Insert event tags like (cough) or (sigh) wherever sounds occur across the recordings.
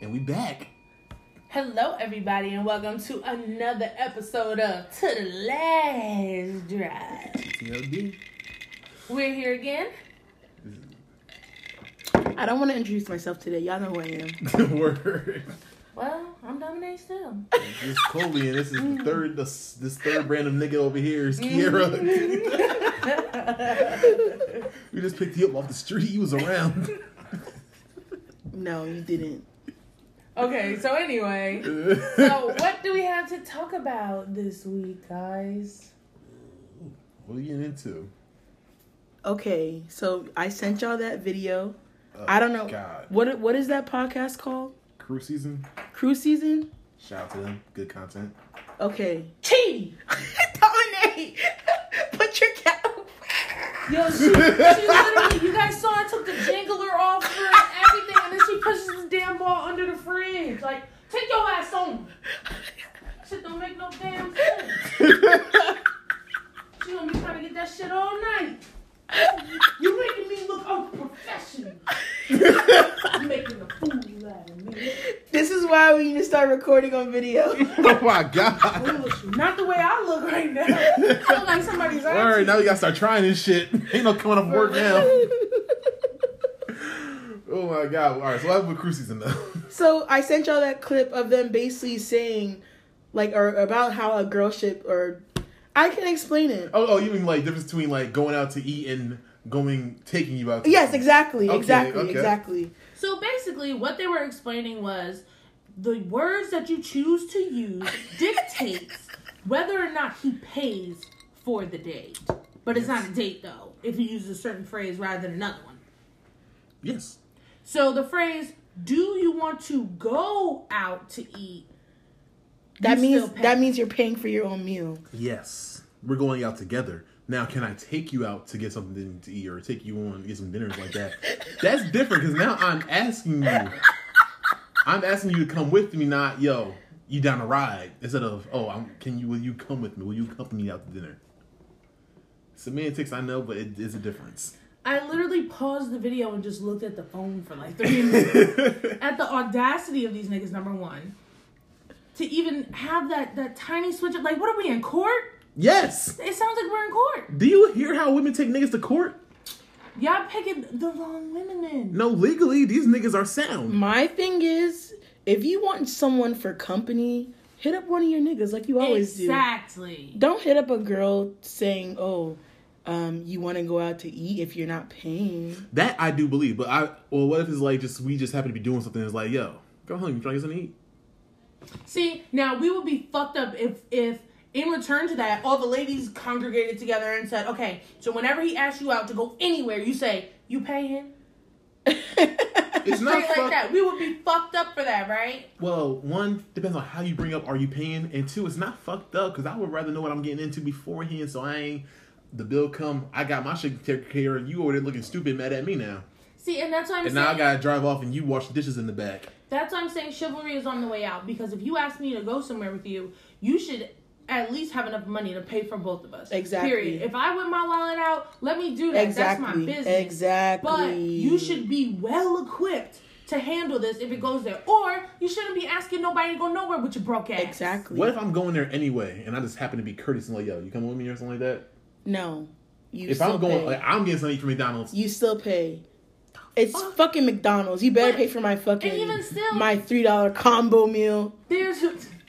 And we back. Hello, everybody, and welcome to another episode of To the Last Drive. (laughs) TLD. We're here again. I don't want to introduce myself today. Y'all know who I am. Word. Well, I'm Dominique still. This is Coley, and this is the third this, this (laughs) third random nigga over here is (laughs) Kiera. we just picked you up off the street. You was (laughs) around. (laughs) No, you didn't. Okay, so anyway, so well, what do we have to talk about this week, guys? what are you getting into? Okay, so I sent y'all that video. Oh, I don't know God. what what is that podcast called? Crew season. Crew season. Shout out to them. Good (laughs) content. Okay, (laughs) Cheating! Dominic, (laughs) put your cat. Yo, she, she literally, you guys saw I took the jingler off her and everything, and then she pushes this damn ball under the fridge. Like, take your ass home. Shit don't make no damn sense. She gonna be trying to get that shit all night. You making me look unprofessional. You making a fool out of me. this is why we need to start recording on video. (laughs) oh my (laughs) God. Foolish. Not the way I look right now. I look like somebody's All right, auntie. now we gotta start trying this shit. Ain't no coming up from work now. (laughs) (laughs) Oh my God. All right, so what with crew season though? So I sent y'all that clip of them basically saying, like, or about how a girl should, or I can explain it. Oh, oh, you mean like difference between like going out to eat and going taking you out? To Yes, eat. exactly, Okay, exactly, okay. exactly. So basically, what they were explaining was the words that you choose (laughs) to use dictates whether or not he pays for the date. But it's not a date though, if you use a certain phrase rather than another one. Yes. So the phrase "Do you want to go out to eat?" That You means still pay. that means you're paying for your own meal. Yes. We're going out together. Now, can I take you out to get something to eat or take you on to get some dinners like that? That's different because now I'm asking you. I'm asking you to come with me, not yo. You down a ride instead of oh, I'm, can you? Will you come with me? Will you accompany me out to dinner? Semantics, I know, but it is a difference. (laughs) I literally paused the video and just looked at the phone for like (laughs) three minutes. at the audacity of these niggas, number one, to even have that that tiny switch. Up. Like, what are we in court? yes. It sounds like we're in court. Do you hear how women take niggas to court? Y'all picking the wrong women in. No, legally, these niggas are sound. My thing is, if you want someone for company, hit up one of your niggas like you always do. exactly. Don't hit up a girl saying, "Oh, um, you want to go out to eat if you're not paying." (laughs) That I do believe, but I well, what if it's like just we just happen to be doing something? It's like, yo, go home. You trying to get something to eat? See, now we would be fucked up if if in return to that, all the ladies congregated together and said, "Okay, so whenever he asks you out to go anywhere, you say you pay him." It's not Straight (laughs) like fuck- that. We would be fucked up for that, right? Well, one depends on how you bring up. Are you paying? And two, it's not fucked up because I would rather know what I'm getting into beforehand. So I ain't the bill come. I got my shit taken care of. You over there looking stupid, mad at me now. See, and that's why I'm And saying. now I gotta drive off and you wash the dishes in the back. That's why I'm saying chivalry is on the way out because if you ask me to go somewhere with you, you should at least have enough money to pay for both of us. Exactly. Period. If I whip my wallet out, let me do that. exactly. That's my business. Exactly. But you should be well equipped to handle this if it goes there. Or you shouldn't be asking nobody to go nowhere with your broke ass. exactly. What if I'm going there anyway and I just happen to be courteous and like, yo, you coming with me or something like that? No, you. If still I'm going, pay. like, I'm getting something from McDonald's. you still pay. It's Fuck. fucking McDonald's. You better But- pay for my fucking And even still, my three dollar combo meal. there's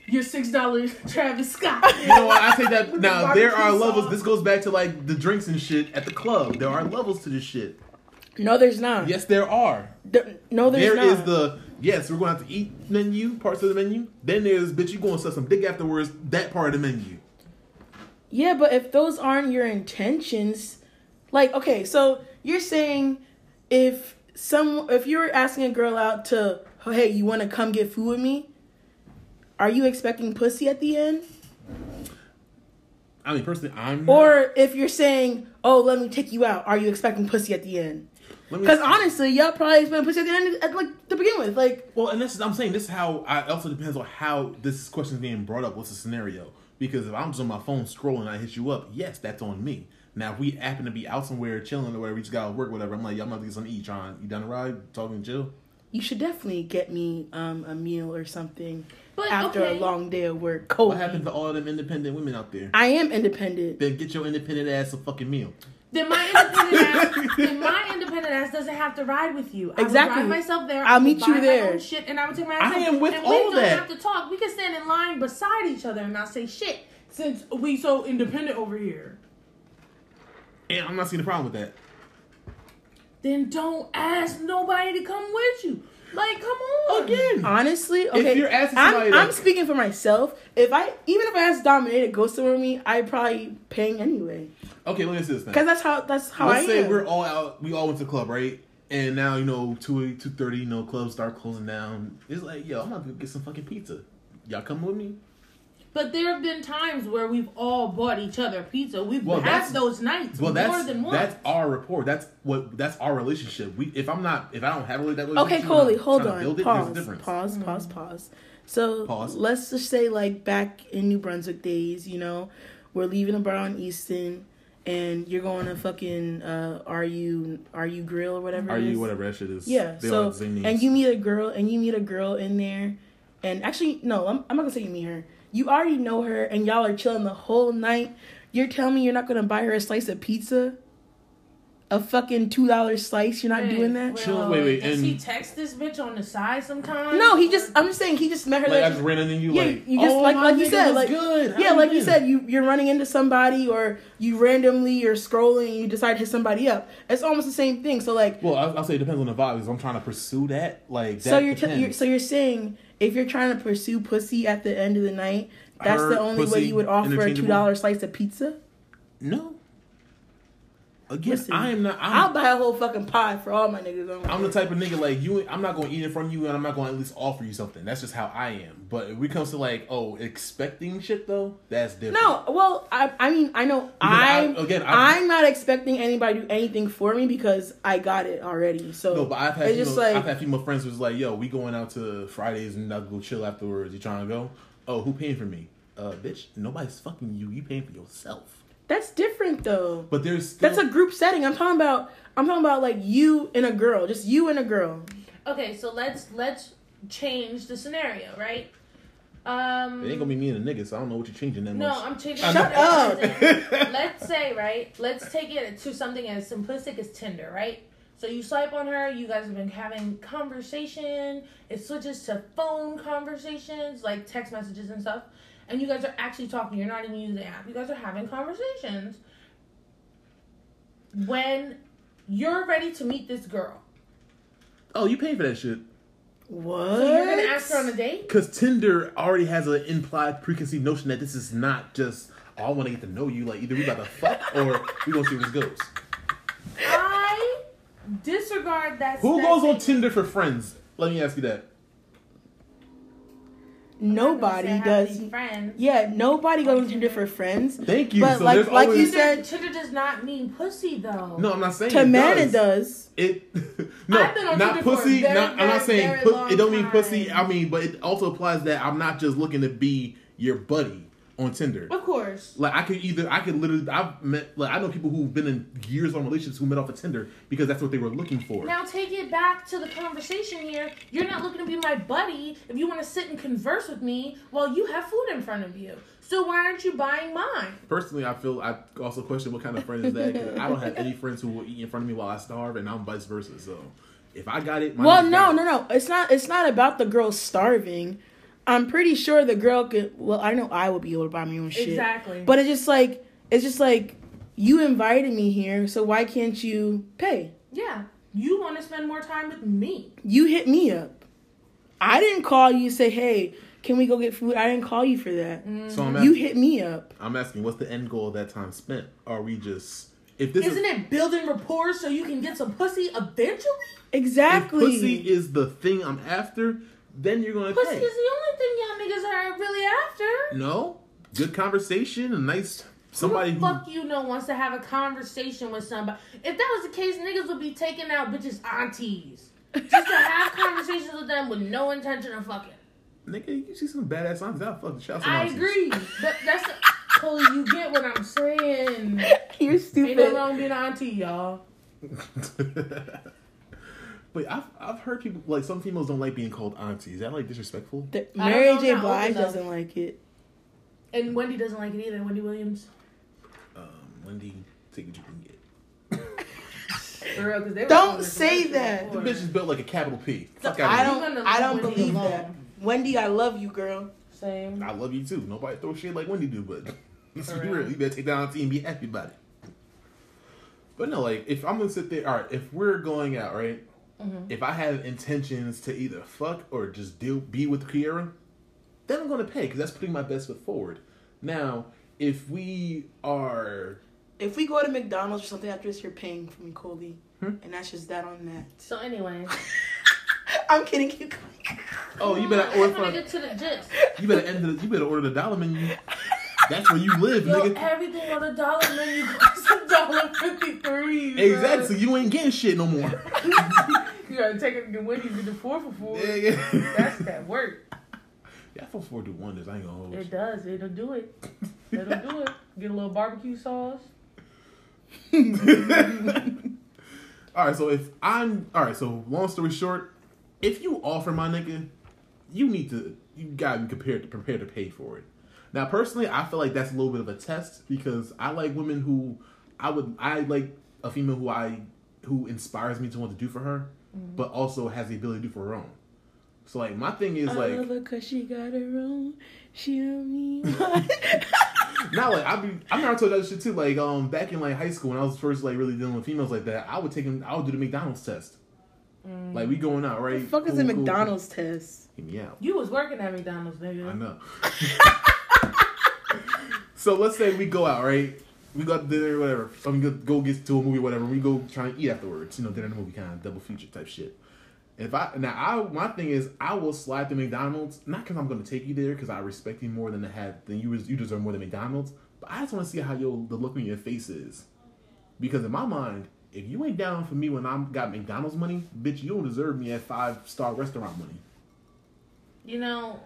your six dollars Travis Scott. You know what? I say (laughs) that With now. the There are barbecue levels. sauce. This goes back to like the drinks and shit at the club. There are levels to this shit. No, there's not. Yes, there are. There- no, there's There not. is the yes. We're going to have to eat menu parts of the menu. Then there's bitch. You going to suck some dick afterwards. That part of the menu. Yeah, but if those aren't your intentions, like okay, so you're saying if some if you're asking a girl out to "Oh, hey, you want to come get food with me? Are you expecting pussy at the end? I mean, personally, I'm Or if you're saying, "Oh, let me take you out." Are you expecting pussy at the end? Let me- Cuz honestly, y'all probably expect pussy at the end at, like to begin with. Like Well, and this is I'm saying this is how I also depends on how this question is being brought up. What's the scenario? Because if I'm just on my phone scrolling, and I hit you up. Yes, that's on me. Now, if we happen to be out somewhere chilling or whatever, we just got to work, whatever. I'm like, y'all about to get something to eat, John. You down the ride, talking chill? you should definitely get me um, a meal or something But after okay, a long day of work. Cold. What happened to all them independent women out there? I am independent. Then get your independent ass a fucking meal. then my independent ass, then my independent ass doesn't have to ride with you. I would Exactly. ride myself there. I'll would meet buy you my there. own Shit, and I would take my. I ass am out. with and all we that. don't have to talk. We can stand in line beside each other and not say shit since we so independent over here. And I'm not seeing a problem with that. Then don't ask nobody to come with you. Like, come on. Again. Honestly, okay. you're asking somebody I'm, to- I'm speaking for myself. If I even if I asked Dominic to go somewhere with me, I probably paying anyway. Okay, let me see this now. Cause that's how that's how Let's I say am. we're all out. We all went to the club, right? And now you know two two thirty. You know clubs start closing down. It's like yo, I'm gonna go get some fucking pizza. Y'all come with me? But there have been times where we've all bought each other pizza. We've Well, that's- had those nights Well, more that's than once. that's our rapport. That's what that's our relationship. We if I'm not if I don't have really that okay, relationship, Coley, I'm hold trying to on. build it, there's a pause, difference. pause, pause, pause. So Pause. let's just say like back in New Brunswick days, you know, we're leaving a bar on Easton, and you're going to fucking uh, are you are you grill or whatever. Are it is. you whatever that shit is? Yeah. They all so have the same names. and you meet a girl and you meet a girl in there, and actually no, I'm, I'm not gonna say you meet her. You already know her and y'all are chilling the whole night. You're telling me you're not gonna buy her a slice of pizza, a fucking two dollar slice. You're not Hey, doing that. well, Chill, wait, wait, Does he and- text this bitch on the side sometimes? No, he Or- just. I'm just saying he just met her. like there. I just ran into you Yeah, like you just- oh, like- my like you nigga said, was like- good. How yeah, you like you been? said, you you're running into somebody or you randomly are scrolling and you decide to hit somebody up. It's almost the same thing. So like, Well, I, I'll say it depends on the vibe. Because I'm trying to pursue that. Like that so you're, t- depends. you're so you're saying if you're trying to pursue pussy at the end of the night, that's Her the only way pussy you would offer a two interchangeable? dollar slice of pizza. no. Again, Listen, I am not. I'm, I'll buy a whole fucking pie for all my niggas. I don't I'm the care. type of nigga like you. I'm not going to eat in front of you, and I'm not going to at least offer you something. That's just how I am. But if it comes to like, oh, expecting shit though, that's different. No, well, I, I mean, I know I- I'm again, I'm- I'm, not expecting anybody to do anything for me because I got it already. So no. But I've had it's female, just I've like had female friends who's like, yo, we going out to Fridays and I'll go chill afterwards. You trying to go? Oh, who paying for me? Uh, bitch, nobody's fucking you. You paying for yourself. that's different though. But there's still, That's a group setting. I'm talking about. I'm talking about like you and a girl, just you and a girl. Okay, so let's let's change the scenario, right? Um. It ain't gonna be me and a nigga, so I don't know what you're changing that no, much. I'm changing. I'm Shut the up. (laughs) (laughs) scenario. let's say right. Let's take it to something as simplistic as Tinder, right? So you swipe on her. You guys have been having conversation. It switches to phone conversations, like text messages and stuff. And you guys are actually talking. You're not even using the app. You guys are having conversations. When you're ready to meet this girl, Oh, you paying for that shit? What? so you're gonna ask her on a date. Because Tinder already has an implied preconceived notion that this is not just oh, I want to get to know you. Like either we about to fuck or we gonna see where this goes. I disregard that. Who that goes on statement. Tinder for friends? Let me ask you that. Nobody I'm not gonna say I have does. any Friends. Yeah, nobody goes on Tinder for friends. Thank you. But so like- there's like you always, said- Tinder, Tinder does not mean pussy though. no, I'm not saying To it man, does. it does. It (laughs) no, I've been on not Tinder for a pussy. very, not, I'm very, not saying very pu- long it don't mean pussy. time. I mean, but it also applies that I'm not just looking to be your buddy on Tinder. Of course. Like I could either I could literally I've met like I know people who've been in years on relationships who met off of Tinder because that's what they were looking for. Now take it back to the conversation here. You're not looking to be my buddy if you want to sit and converse with me while you have food in front of you. So why aren't you buying mine? Personally, I feel I also question what kind of friend is that. 'cause I don't have any friends who will eat in front of me while I starve, and I'm vice versa. So if I got it, my Well, niggas no, got it. no, no. It's not. It's not about the girl starving. I'm pretty sure the girl could. Well, I know I would be able to buy my own shit. Exactly. But it's just like it's just like you invited me here, so why can't you pay? yeah, you want to spend more time with me. You hit me up. I didn't call you. Say, hey, can we go get food? I didn't call you for that. So I'm, You asking, hit me up. I'm asking, what's the end goal of that time spent? Are we just if this Isn't is, it building rapport so you can get some pussy eventually? if Exactly. pussy is the thing I'm after, then you're gonna Pussy pay. is the only thing y'all niggas are really after. no, good conversation, a nice somebody who who the fuck you know wants to have a conversation with somebody. If that was the case, niggas would be taking out bitches' aunties just to have conversations with them with no intention of fucking. nigga, you see some badass signs out, fuck the shout out some I options. agree. That, that's holy. You get what I'm saying. (laughs) You're Ain't no stupid. wrong being an auntie, y'all. (laughs) But I've I've heard people like some females don't like being called auntie. Is that like disrespectful? The, I don't Mary know, J. I'm not old Blige enough. doesn't like it. And Wendy doesn't like it either. Wendy Williams. Um, Wendy, take what you can get. For real, 'cause they were Don't on this say commercial that. The before. bitch is built like a capital P. Fuck outta I here. don't. You're gonna I don't leave believe Wendy that. Wendy, I love you, girl. Same. I love you too. Nobody throw shit like Wendy do, (laughs) but let's For be real. real. You better take that auntie and be happy about it. But no, like if I'm gonna sit there, all right. If we're going out, right? Mm-hmm. If I have intentions to either fuck or just deal be with Kiera, then I'm gonna pay because that's putting my best foot forward. Now, if we are If we go to McDonald's or something after this, you're paying for me, Colby. And that's just that on that. So anyway, (laughs) I'm kidding. Keep going. Oh, you I better order want to for, get to the gist. you better end the, you better order the dollar menu. That's where you live, Yo, nigga. everything on a dollar menu costs a dollar fifty three. Exactly. You ain't getting shit no (laughs) more. You gotta take it to Wendy's and the four for four. That's That's that work. (laughs) Yeah, for four do wonders. I ain't gonna hold It you. does. It'll do it. It'll do it. Get a little barbecue sauce. (laughs) all right, so if I'm all right, so long story short, if you offer my nigga, you need to you gotta be prepared to prepare to pay for it. Now, personally, I feel like that's a little bit of a test because I like women who I would I like a female who I who inspires me to want to do for her, Mm-hmm. but also has the ability to do for her own. So like my thing is like I love her cause she got her own. She (laughs) don't need Not like I be. I remember I told you that shit too. Like um, back in like high school when I was first like really dealing with females like that, I would take them. I would do the McDonald's test. Like we going out, right? Fuck is Cool, a cool, cool. McDonald's test. Get me out. You was working at McDonald's, I nigga. know. so let's say we go out, right? We go out to dinner, whatever. I mean, go, go get to a movie, whatever. We go try and eat afterwards. You know, dinner and movie kind of double feature type shit. If I now I my thing is I will slide to McDonald's not because I'm going to take you there because I respect you more than I have than you res- you deserve more than McDonald's but I just want to see how your the look on your face is because in my mind if you ain't down for me when I'm got McDonald's money bitch you don't deserve me at five star restaurant money You know,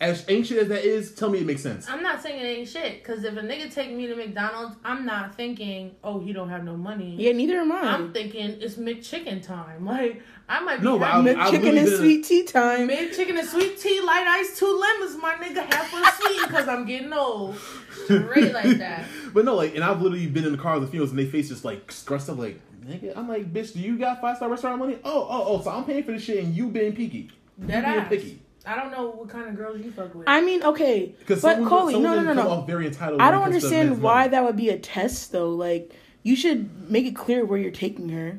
as ancient as that is tell me it makes sense I'm not saying it ain't shit. Cause if a nigga take me to McDonald's, I'm not thinking, oh, he don't have no money. Yeah, neither am I. I'm thinking it's McChicken time. (laughs) Like I might be No, but having I'm- McChicken I really and did. sweet tea time. McChicken and sweet tea, light ice, two lemons, my nigga, half a sweet because I'm getting old. Straight like that. (laughs) But no, like, and I've literally been in the car with the females, and they face just like scrunched up, like nigga. I'm like, bitch, do you got five star restaurant money? Oh, oh, oh. So I'm paying for this shit, and you being picky. You Dead being ass. picky. I don't know what kind of girls you fuck with. I mean, okay, Because but someone, Coley, someone no, no, didn't no, come no. off very entitled. I when it don't comes to men's understand why money. that would be a test though. Like, you should make it clear where you're taking her.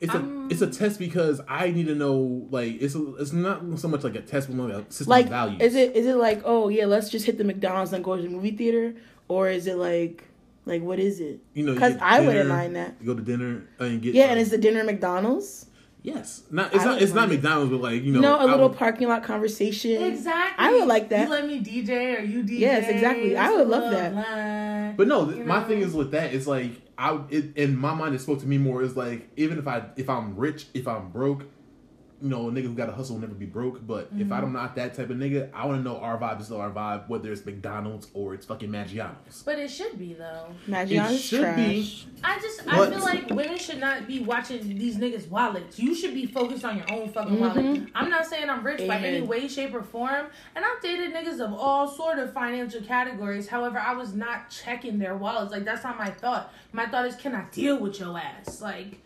It's a I'm- it's a test because I need to know like it's a, it's not so much like a test, but more like a system Like, of values. is it is it like, oh yeah, let's just hit the McDonald's and go to the movie theater, or is it like, like what is it? you know? you 'cause get I wouldn't dinner, mind that. You go to dinner uh, and get Yeah, and uh, is the dinner McDonald's? yes, not it's I not wouldn't it's not mind it. McDonald's, but like you know, You know, a I little would- parking lot conversation. exactly. I would like that. You let me DJ or you DJ. Yes, exactly. I would love that. that. But no, You my know? thing is with that. It's like I it, in my mind it spoke to me more. Is like even if I if I'm rich, if I'm broke, you know, a nigga who got to hustle will never be broke. But if Mm-hmm. I'm not that type of nigga, I want to know our vibe is still our vibe, whether it's McDonald's or it's fucking Maggiano's. But it should be though. It Maggiano's should trash. be. I just What? I feel like women should not be watching these niggas wallets. You should be focused on your own fucking wallet. I'm not saying I'm rich by Mm-hmm. Amen. any way, shape, or form, and I've dated niggas of all sort of financial categories. However, I was not checking their wallets. Like that's not my thought. My thought is, can I deal with your ass? Like,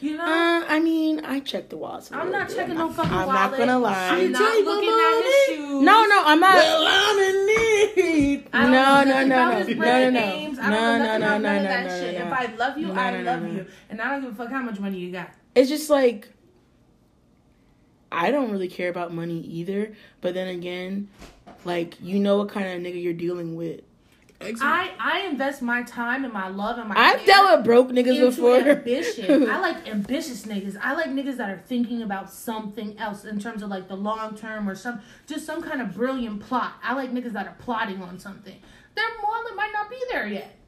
you know. Uh, I mean, I checked the walls. a I'm little not bit. checking no fucking I'm wallet. not gonna lie. I'm not Take looking my at his money. shoes. No, no, I'm not. Well, I'm in need. I don't No, give a- if no, no, I no. was No, playing no, no. games, I No, don't no, know nothing no, about no, none of no, that no, shit. no. If I love you, No, I no, no, love no. you, and I don't give a fuck how much money you got. It's just like I don't really care about money either. But then again, like you know what kind of nigga you're dealing with. I I invest my time and my love and my. I've care dealt with broke niggas into before. (laughs) ambition. I like ambitious niggas. I like niggas that are thinking about something else in terms of like the long term or some just some kind of brilliant plot. I like niggas that are plotting on something. Their wallet might not be there yet.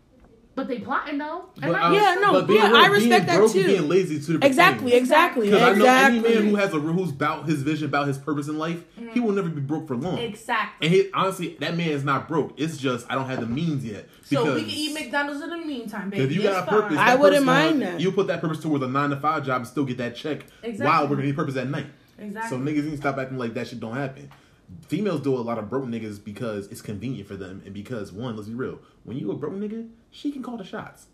But they plotting though. But Everybody- I- Yeah, no, but being yeah, I real- being respect that broke and too. Being lazy to the Exactly, exactly, Because exactly. Mm-hmm. I know any man who has a who's about his vision, about his purpose in life, he will never be broke for long. Exactly. And he, honestly, that man is not broke. It's just I don't have the means yet. so we can eat McDonald's in the meantime, baby. If you It's got a fine. purpose, I that wouldn't person- uh, mind that. You put that purpose towards a nine to five job and still get that check. Wow, Exactly. we're gonna need purpose at night. Exactly. So niggas need to stop acting like that shit don't happen. Females do a lot of broke niggas because it's convenient for them and because one, let's be real, when you a broke nigga, she can call the shots.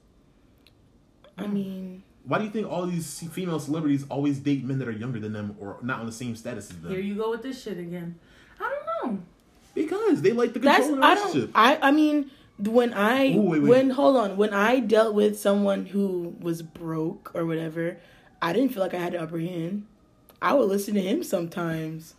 I mean, Why do you think all these female celebrities always date men that are younger than them or not on the same status as Here them? you go with this shit again. I don't know. Because they like the that's control in a I don't. relationship. I I mean, when I Ooh, wait, wait. when hold on, when I dealt with someone who was broke or whatever, I didn't feel like I had the upper hand. I would listen to him sometimes,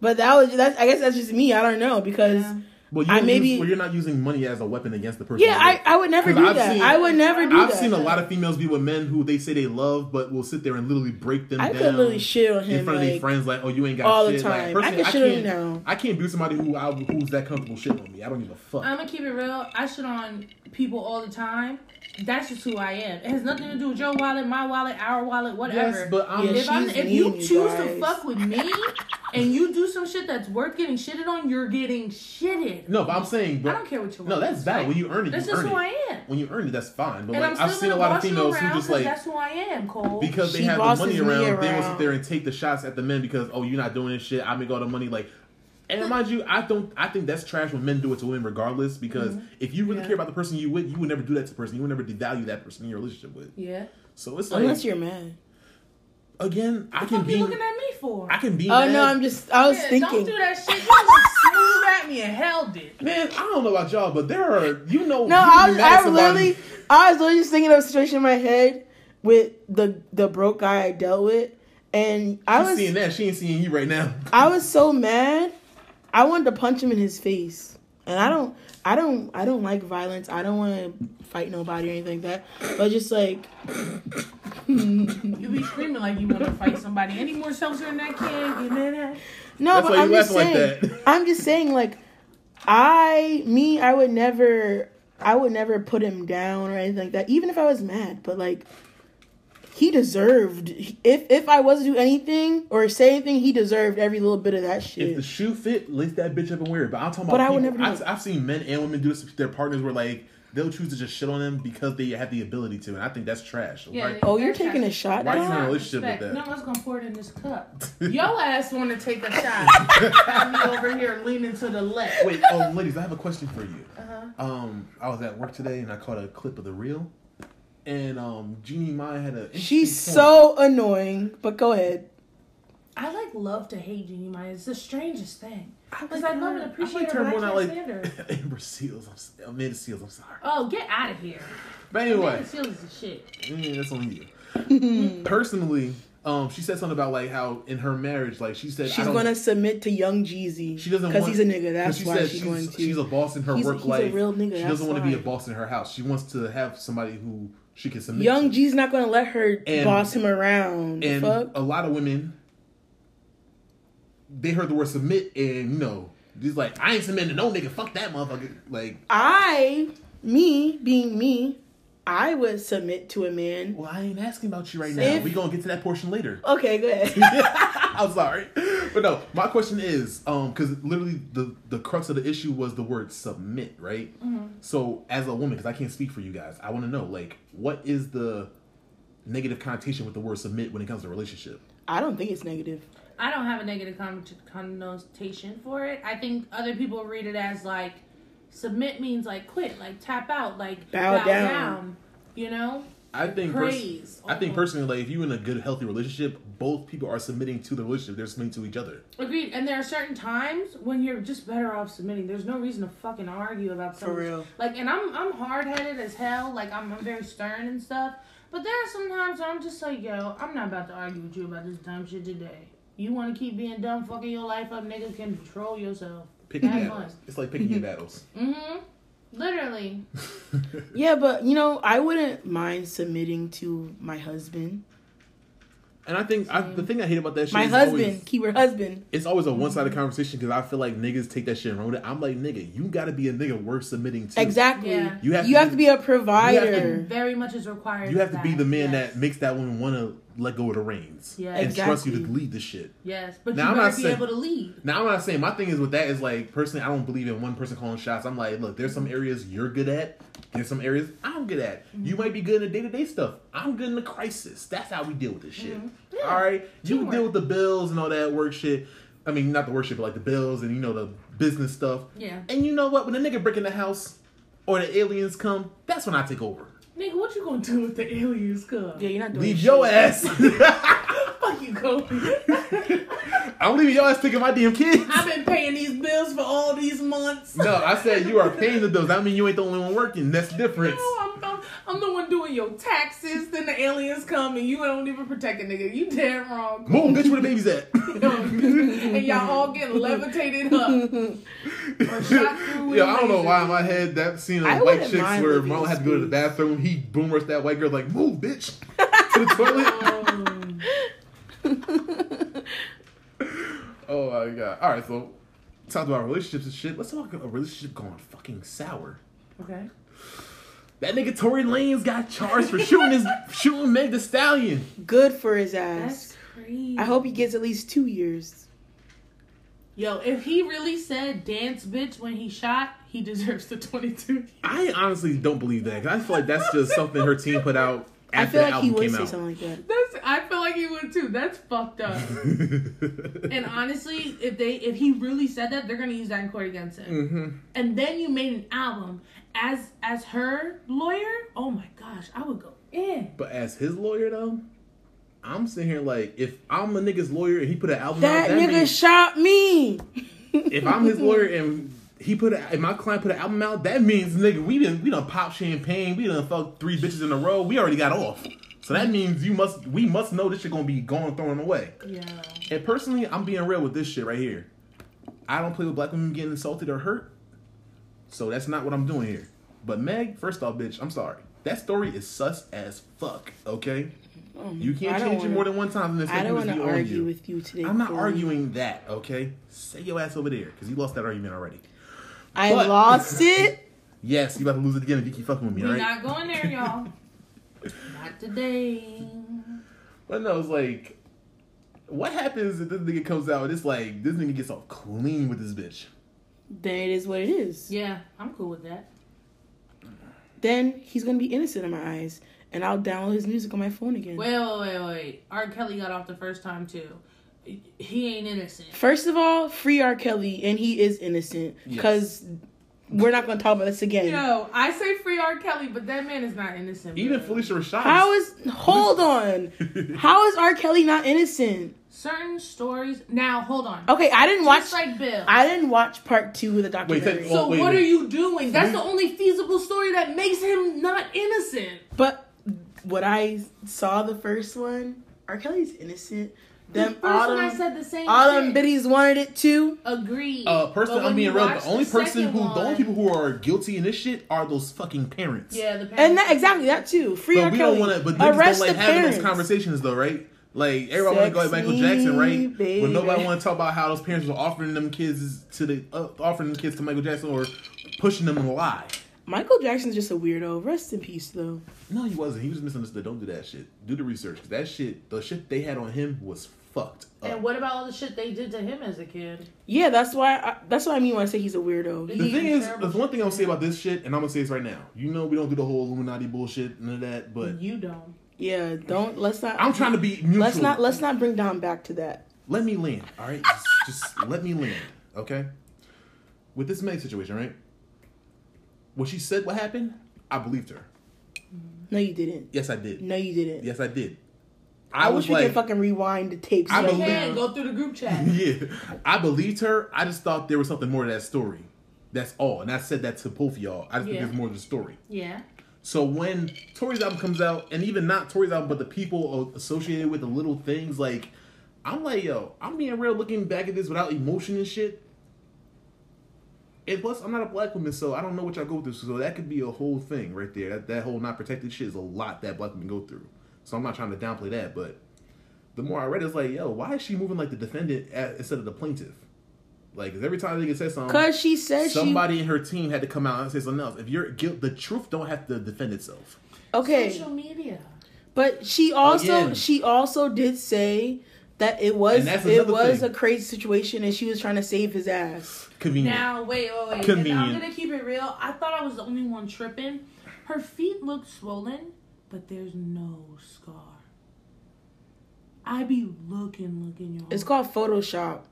but that was that's I guess that's just me. I don't know because Yeah. yeah, Well, you I don't use- maybe- well, you're not using money as a weapon against the person. you're I, I would never 'Cause do I've that. seen- I would never do I've that. seen a lot of females be with men who they say they love, but will sit there and literally break them I down could literally shit on in him front of their like friends, like, "Oh, you ain't got all the shit." time. Like, personally, I could shit on can't, him now. I can't do somebody who I, who's that comfortable shit on me. I don't give a fuck. I'm gonna keep it real. I shit on people all the time. That's just who I am. It has nothing to do with your wallet, my wallet, our wallet, whatever. yes, but I'm. Yeah, if I'm, she's if you mean, you choose to guys. fuck with me and you do some shit that's worth getting shitted on, you're getting shitted. no, but I'm saying, I but don't care what you no, want. that's valid. When you earn it, That's you just earn who it. I am. When you earn it, that's fine. But And like, I'm I've still seen a gonna lot of boss you females who around just 'cause like that's who I am, Cole. because they She have the bosses money me around, they will sit around. there and take the shots at the men because oh you're not doing this shit. I make all the money like. And mind you, I don't. I think that's trash when men do it to women, regardless. Because Mm-hmm. if you really Yeah. care about the person you with, you would never do that to the person. You would never devalue that person in your relationship with. yeah. So it's like unless you're mad. again, I What can are you be. looking at me for? I can be. Oh mad. no, I'm just I was Yeah, thinking. Don't do that shit. You just smooth at me and held it. Man, I don't know about y'all, but there are you know. No, you can I be was, mad at I was somebody- literally, I was literally just thinking of a situation in my head with the the broke guy I dealt with, and I She's was seeing that. She ain't seeing you right now. I was so mad, I wanted to punch him in his face, and I don't, I don't, I don't like violence. I don't want to fight nobody or anything like that. But just like, You be screaming like you want to fight somebody. Any more self in that kid? Get in that. no, That's but why I'm you just laughing like saying, that. (laughs) I'm just saying, like, I, me, I would never, I would never put him down or anything like that, even if I was mad. But like, he deserved. If if I was to do anything or say anything, he deserved every little bit of that If the shit. shoe fit, lace that bitch up and wear it. But I'm talking about. But I would people- never do I've, it. I've seen men and women do this. to Their partners were like, they'll choose to just shit on them because they have the ability to, and I think that's trash. Yeah, right? they- oh, you're taking a shot. Why now? not? in a relationship with that. No one's gonna pour it in this cup. Yo ass want to take a (laughs) shot. Got me over here leaning to the left. Wait, oh, ladies, I have a question for you. Uh-huh. Um, I was at work today and I caught a clip of the reel, and um, Jeannie Mai had a. She's so annoying. But go ahead. I like love to hate Jeannie Maya. It's the strangest thing. I Because I love and appreciate term her, but I more can't like stand her. (laughs) Amber Seals. I'm, s- Amanda Seals. I'm sorry. Oh, get out of here. But anyway, This is the shit. Yeah, that's on you. (laughs) Personally, um, she said something about like how in her marriage, like she said, I She's don't- gonna submit to Young Jeezy. She doesn't because want- he's a nigga. 'cause That's she why said she's, going to. She's a boss in her He's a- work he's a life. real nigga, She doesn't that's want to be a why. boss in her house. She wants to have somebody who she can submit. Young to. G's not gonna let her And- boss him around. and Fuck. a lot of women, they heard the word submit, and you know, he's like, I ain't submitting to no nigga. Fuck that motherfucker. Like, I, me being me, I would submit to a man. well, I ain't asking about you right now. If- we gonna get to that portion later. Okay, go ahead. (laughs) I'm sorry, but no. My question is, um, because literally the the crux of the issue was the word submit, right? Mm-hmm. So as a woman, because I can't speak for you guys, I want to know like what is the negative connotation with the word submit when it comes to relationship? I don't think it's negative. I don't have a negative con- connotation for it. I think other people read it as like submit means like quit, like tap out, like Bow down. You know, I think pers- Praise. I Oh. think personally, like if you in a good healthy relationship, both people are submitting to the relationship. They're submitting to each other. agreed. And there are certain times when you're just better off submitting. There's no reason to fucking argue about something. real. Like, and I'm I'm hard headed as hell. Like, I'm, I'm very stern and stuff. But there are some times where I'm just like, yo, I'm not about to argue with you about this dumb shit today. You want to keep being dumb, fucking your life up, nigga. Can control yourself. Picking Have battles. fun. It's like picking (laughs) your battles. (laughs) Mm-hmm. Literally. Yeah, but you know, I wouldn't mind submitting to my husband. And I think I, the thing I hate about that shit My is husband, always, keyword husband. it's always a one sided conversation because I feel like niggas take that shit and run with it. I'm like, nigga, you gotta be a nigga worth submitting to. Exactly. Yeah. You You have have, to to be a provider. Sure. Very much is required. You have to be the man yes. that makes that woman wanna let go of the reins Yes. and trust you to Exactly. lead the shit. Yes, but Now, you I'm better not be saying- able to lead. Now I'm not saying my thing is with that is like personally I don't believe in one person calling shots. I'm like, look, there's Mm-hmm. some areas you're good at, there's some areas I'm good at. Mm-hmm. You might be good in the day to day stuff. I'm good in the crisis. That's how we deal with this shit. Mm-hmm. Yeah. All right, you can Teamwork. deal with the bills and all that work shit. I mean, not the work shit, but like the bills and you know the business stuff. Yeah. And you know what? When the nigga break in the house or the aliens come, that's when I take over. Nigga, what you gonna do if the aliens come? Yeah, you're not doing Leave shit. your ass. (laughs) (laughs) Fuck you, (laughs) Kobe. I'm leaving your ass taking my damn (laughs) kids. I've been paying these bills for all these months. No, I said you are paying the bills. I mean, you ain't the only one working. That's the difference. (laughs) No, I'm, I'm, I'm the one doing your taxes. Then the aliens come and you don't even protect a nigga. You damn wrong. Move, bitch, where the baby's at. and y'all all (laughs) getting levitated up. Or shot (laughs) through Yeah, I with don't know lasers. why in my head that scene I of white wouldn't chicks mind where living Marlon in had to go to the space. bathroom, he boom rushed that white girl like, move, bitch, to (laughs) the toilet. Um, Oh my god. All right, so talked about relationships and shit. Let's talk about a relationship going fucking sour. okay. That nigga Tory Lanez got charged for shooting his (laughs) shooting Meg the Stallion. Good for his ass. That's crazy. I hope he gets at least two years. Yo, if he really said dance bitch when he shot, he deserves the 22. I honestly don't believe that. 'cause I feel like that's just something her team put out I after feel the like he album would came say out. something like (laughs) that. That's I feel like he would too. That's fucked up. (laughs) and honestly, if they if he really said that, they're gonna use that in court against him. hmm And then you made an album as as her lawyer. Oh my gosh, I would go in. But as his lawyer though, I'm sitting here like if I'm a nigga's lawyer and he put an album That out, that nigga means shot me. if I'm his lawyer (laughs) and he put a, and my client put an album out, that means nigga we didn't we done pop champagne, we done fuck three bitches in a row, we already got off. So that means you must we must know this shit gonna be gone thrown away. Yeah. And personally, I'm being real with this shit right here. I don't play with black women getting insulted or hurt. So that's not what I'm doing here. But Meg, first off, bitch, I'm sorry. That story is sus as fuck, okay? You Um, I can't don't change it wanna- more than one time and I expect don't people want to be to on argue you. with you today. I'm not Chloe. arguing that, okay? Say your ass over there, because you lost that argument already. I but- (laughs) lost it. Yes, you about to lose it again if you keep fucking with me, We're all right? not going (laughs) there, y'all. not today. But no, it's like, what happens if this nigga comes out and it's like, this nigga gets off clean with this bitch? Then it is what it is. Yeah, I'm cool with that. Then he's gonna be innocent in my eyes, and I'll download his music on my phone again. Wait, wait, wait, wait. R. Kelly got off the first time too. He ain't innocent. First of all, free R. Kelly, and he is innocent Yes. because we're not gonna talk about this again. Yo, I say free R. Kelly, but that man is not innocent. Even bro. Felicia Rashad. How is hold on? (laughs) How is R. Kelly not innocent? certain stories. Now, hold on. Okay, I didn't watch. Just like Bill. I didn't watch part two of the documentary, take- so Oh, wait, what wait. are you doing? That's the only feasible story that makes him not innocent. but what I saw the first one, R. Kelly's innocent. The Them first autumn, one I said the same all them shit. biddies wanted it too. Agreed. Uh, personally, But when I'm being you real. watch The only person second who, the one- only people who are guilty in this shit are those fucking parents. yeah, the And that exactly that too. Free R. But we Kelly. don't want to. But niggas Arrest don't like the having parents. those conversations though, right? Like everybody want to go at Sex Michael me, Jackson, right? baby. But nobody want to talk about how those parents were offering them kids to the uh, offering them kids to Michael Jackson or pushing them to lie. Michael Jackson's just a weirdo. Rest in peace, though. No, he wasn't. He was misunderstood. Don't do that shit. Do the research. 'Cause That shit, the shit they had on him was fucked up. And what about all the shit they did to him as a kid? Yeah, that's why. I, that's what I mean when I say he's a weirdo. The He thing was is, terrible. the one thing I'm gonna say about this shit, and I'm gonna say this right now. You know, we don't do the whole Illuminati bullshit, none of that. But You don't. Yeah, don't let's not. I'm trying to be neutral. Let's not let's not bring Dom back to that. let me land. All right, just, just let me land. Okay. With this Meg situation, right? What she said, what happened? I believed her. No, you didn't. Yes, I did. No, you didn't. Yes, I did. I, I, wish was we like, could fucking rewind the tapes. I right believe- now. Can go through the group (laughs) chat. yeah, I believed her. I just thought there was something more to that story. That's all, and I said that to both of y'all. I just think Yeah. there's more to the story. yeah. So when Tori's album comes out, and even not Tori's album, but the people associated with the little things, like I'm like, yo, I'm being real, looking back at this without emotion and shit. And plus, I'm not a black woman, so I don't know what y'all go through. So that could be a whole thing right there. That that whole not protected shit is a lot that black women go through. So I'm not trying to downplay that, but the more I read, it, it's like, yo, why is she moving like the defendant at, instead of the plaintiff? Like, 'cause every time they get said something, Cause she said somebody in her team had to come out and say something else. If you're guilt, the truth don't have to defend itself. she okay, Social media. but she Oh, also Again. she also did say that it was And that's it another was thing. a crazy situation and she was trying to save his ass. Convenient. Now, wait, wait, wait. 'cause I'm Convenient. gonna keep it real. I thought I was the only one tripping. Her feet look swollen, but there's no scar. I be looking, looking, y'all. It's called Photoshop.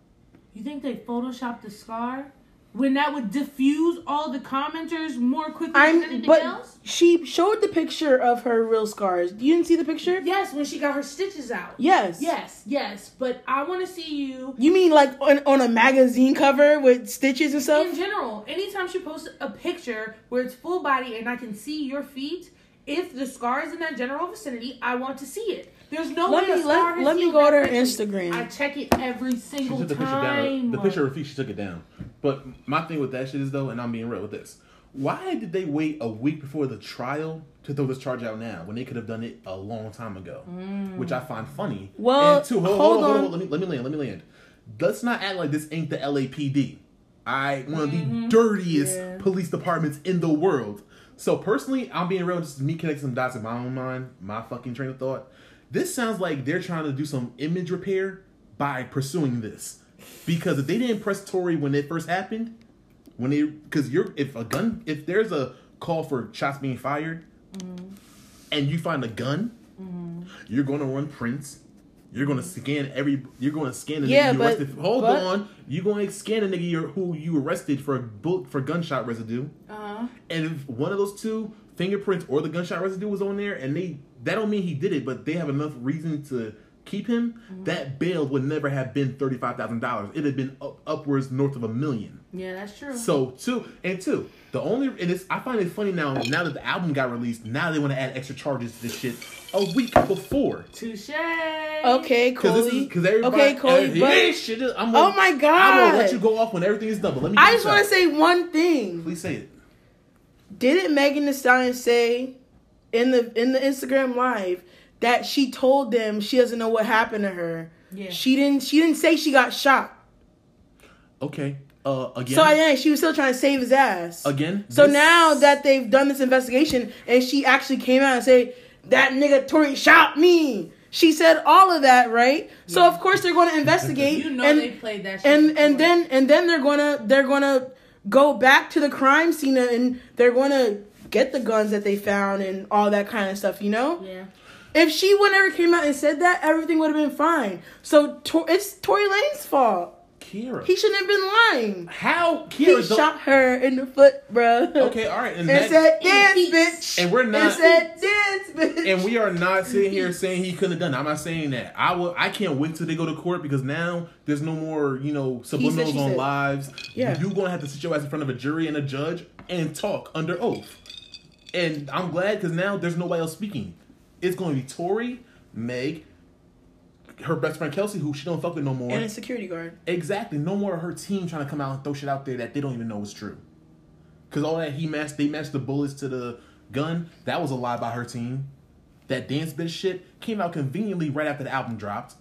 you think they photoshopped the scar? When that would diffuse all the commenters more quickly than I'm anything but else? she showed the picture of her real scars. You didn't see the picture? Yes, when she got her stitches out. Yes. Yes, yes. But I want to see you. You mean like on, on a magazine cover with stitches and stuff? In general, anytime she posts a picture where it's full body and I can see your feet, if the scar is in that general vicinity, I want to see it. There's no Let way a me- scar let- has let me healed go that to her quickly. Instagram. I check it every She single took the picture time. down. The picture of her feet, she took it down. But my thing with that shit is though, and I'm being real with this. Why did they wait a week before the trial to throw this charge out now when they could have done it a long time ago? Mm. Which I find funny. Well, and two, hold on. Let me let me land. Let me land. Let's not act like this ain't the LAPD. I one of the dirtiest Yeah. police departments in the world. So personally, I'm being real. Just me connecting some dots in my own mind, my fucking train of thought. This sounds like they're trying to do some image repair by pursuing this, because if they didn't press Tory when it first happened, when they because you're if a gun if there's a call for shots being fired, Mm-hmm. and you find a gun, you're going to run prints. You're going to scan every. You're going to scan the Yeah, nigga you but- arrested. Hold but- on. You're going to scan a nigga you're, who you arrested for bullet for gunshot residue. Uh-huh. And if one of those two fingerprints or the gunshot residue was on there, and they that don't mean he did it, but they have enough reason to keep him. Mm-hmm. That bail would never have been thirty five thousand dollars. It'd have been up, upwards north of a million. Yeah, that's true. So two and two. The only and it's I find it funny now. Now that the album got released, now they want to add extra charges to this shit a week before. Touche. Okay, Because Coley. everybody. Okay, Coley. every- but yeah, shit, I'm Oh my I will let God. you go off when everything is done. But let me. I get this just want out. to say one thing. Please say it. Didn't Megan Thee Stallion say in the in the Instagram live that she told them she doesn't know what happened to her? Yeah. She didn't. She didn't say she got shot. Okay. Uh, again. So I think she was still trying to save his ass. again. So this- now that they've done this investigation and she actually came out and say that nigga Tory shot me. She said all of that, right? So of course they're going to investigate you know and they played that shit. and and before. then and then they're gonna they're gonna go back to the crime scene and they're gonna get the guns that they found and all that kind of stuff you know Yeah. if she would never came out and said that everything would have been fine so Tor- it's tory lane's fault Kira. he shouldn't have been lying how he Kira? don't- shot her in the foot bro Okay. All right. And, and that, said And dance he- bitch and we're and not- (laughs) said dance bitch and we are not sitting here saying he couldn't have done. it. I'm not saying that. I will. I can't wait till they go to court because now there's no more you know said, subliminals she on said. lives. Yeah. you're gonna have to sit your ass in front of a jury and a judge and talk under oath. And I'm glad because now there's nobody else speaking. It's going to be Tori, Meg, her best friend Kelsey, who she don't fuck with no more. and a security guard Exactly. No more of her team trying to come out and throw shit out there that they don't even know is true. Cause all that he matched, they matched the bullets to the gun. That was a lie by her team. That dance bitch shit came out conveniently right after the album dropped.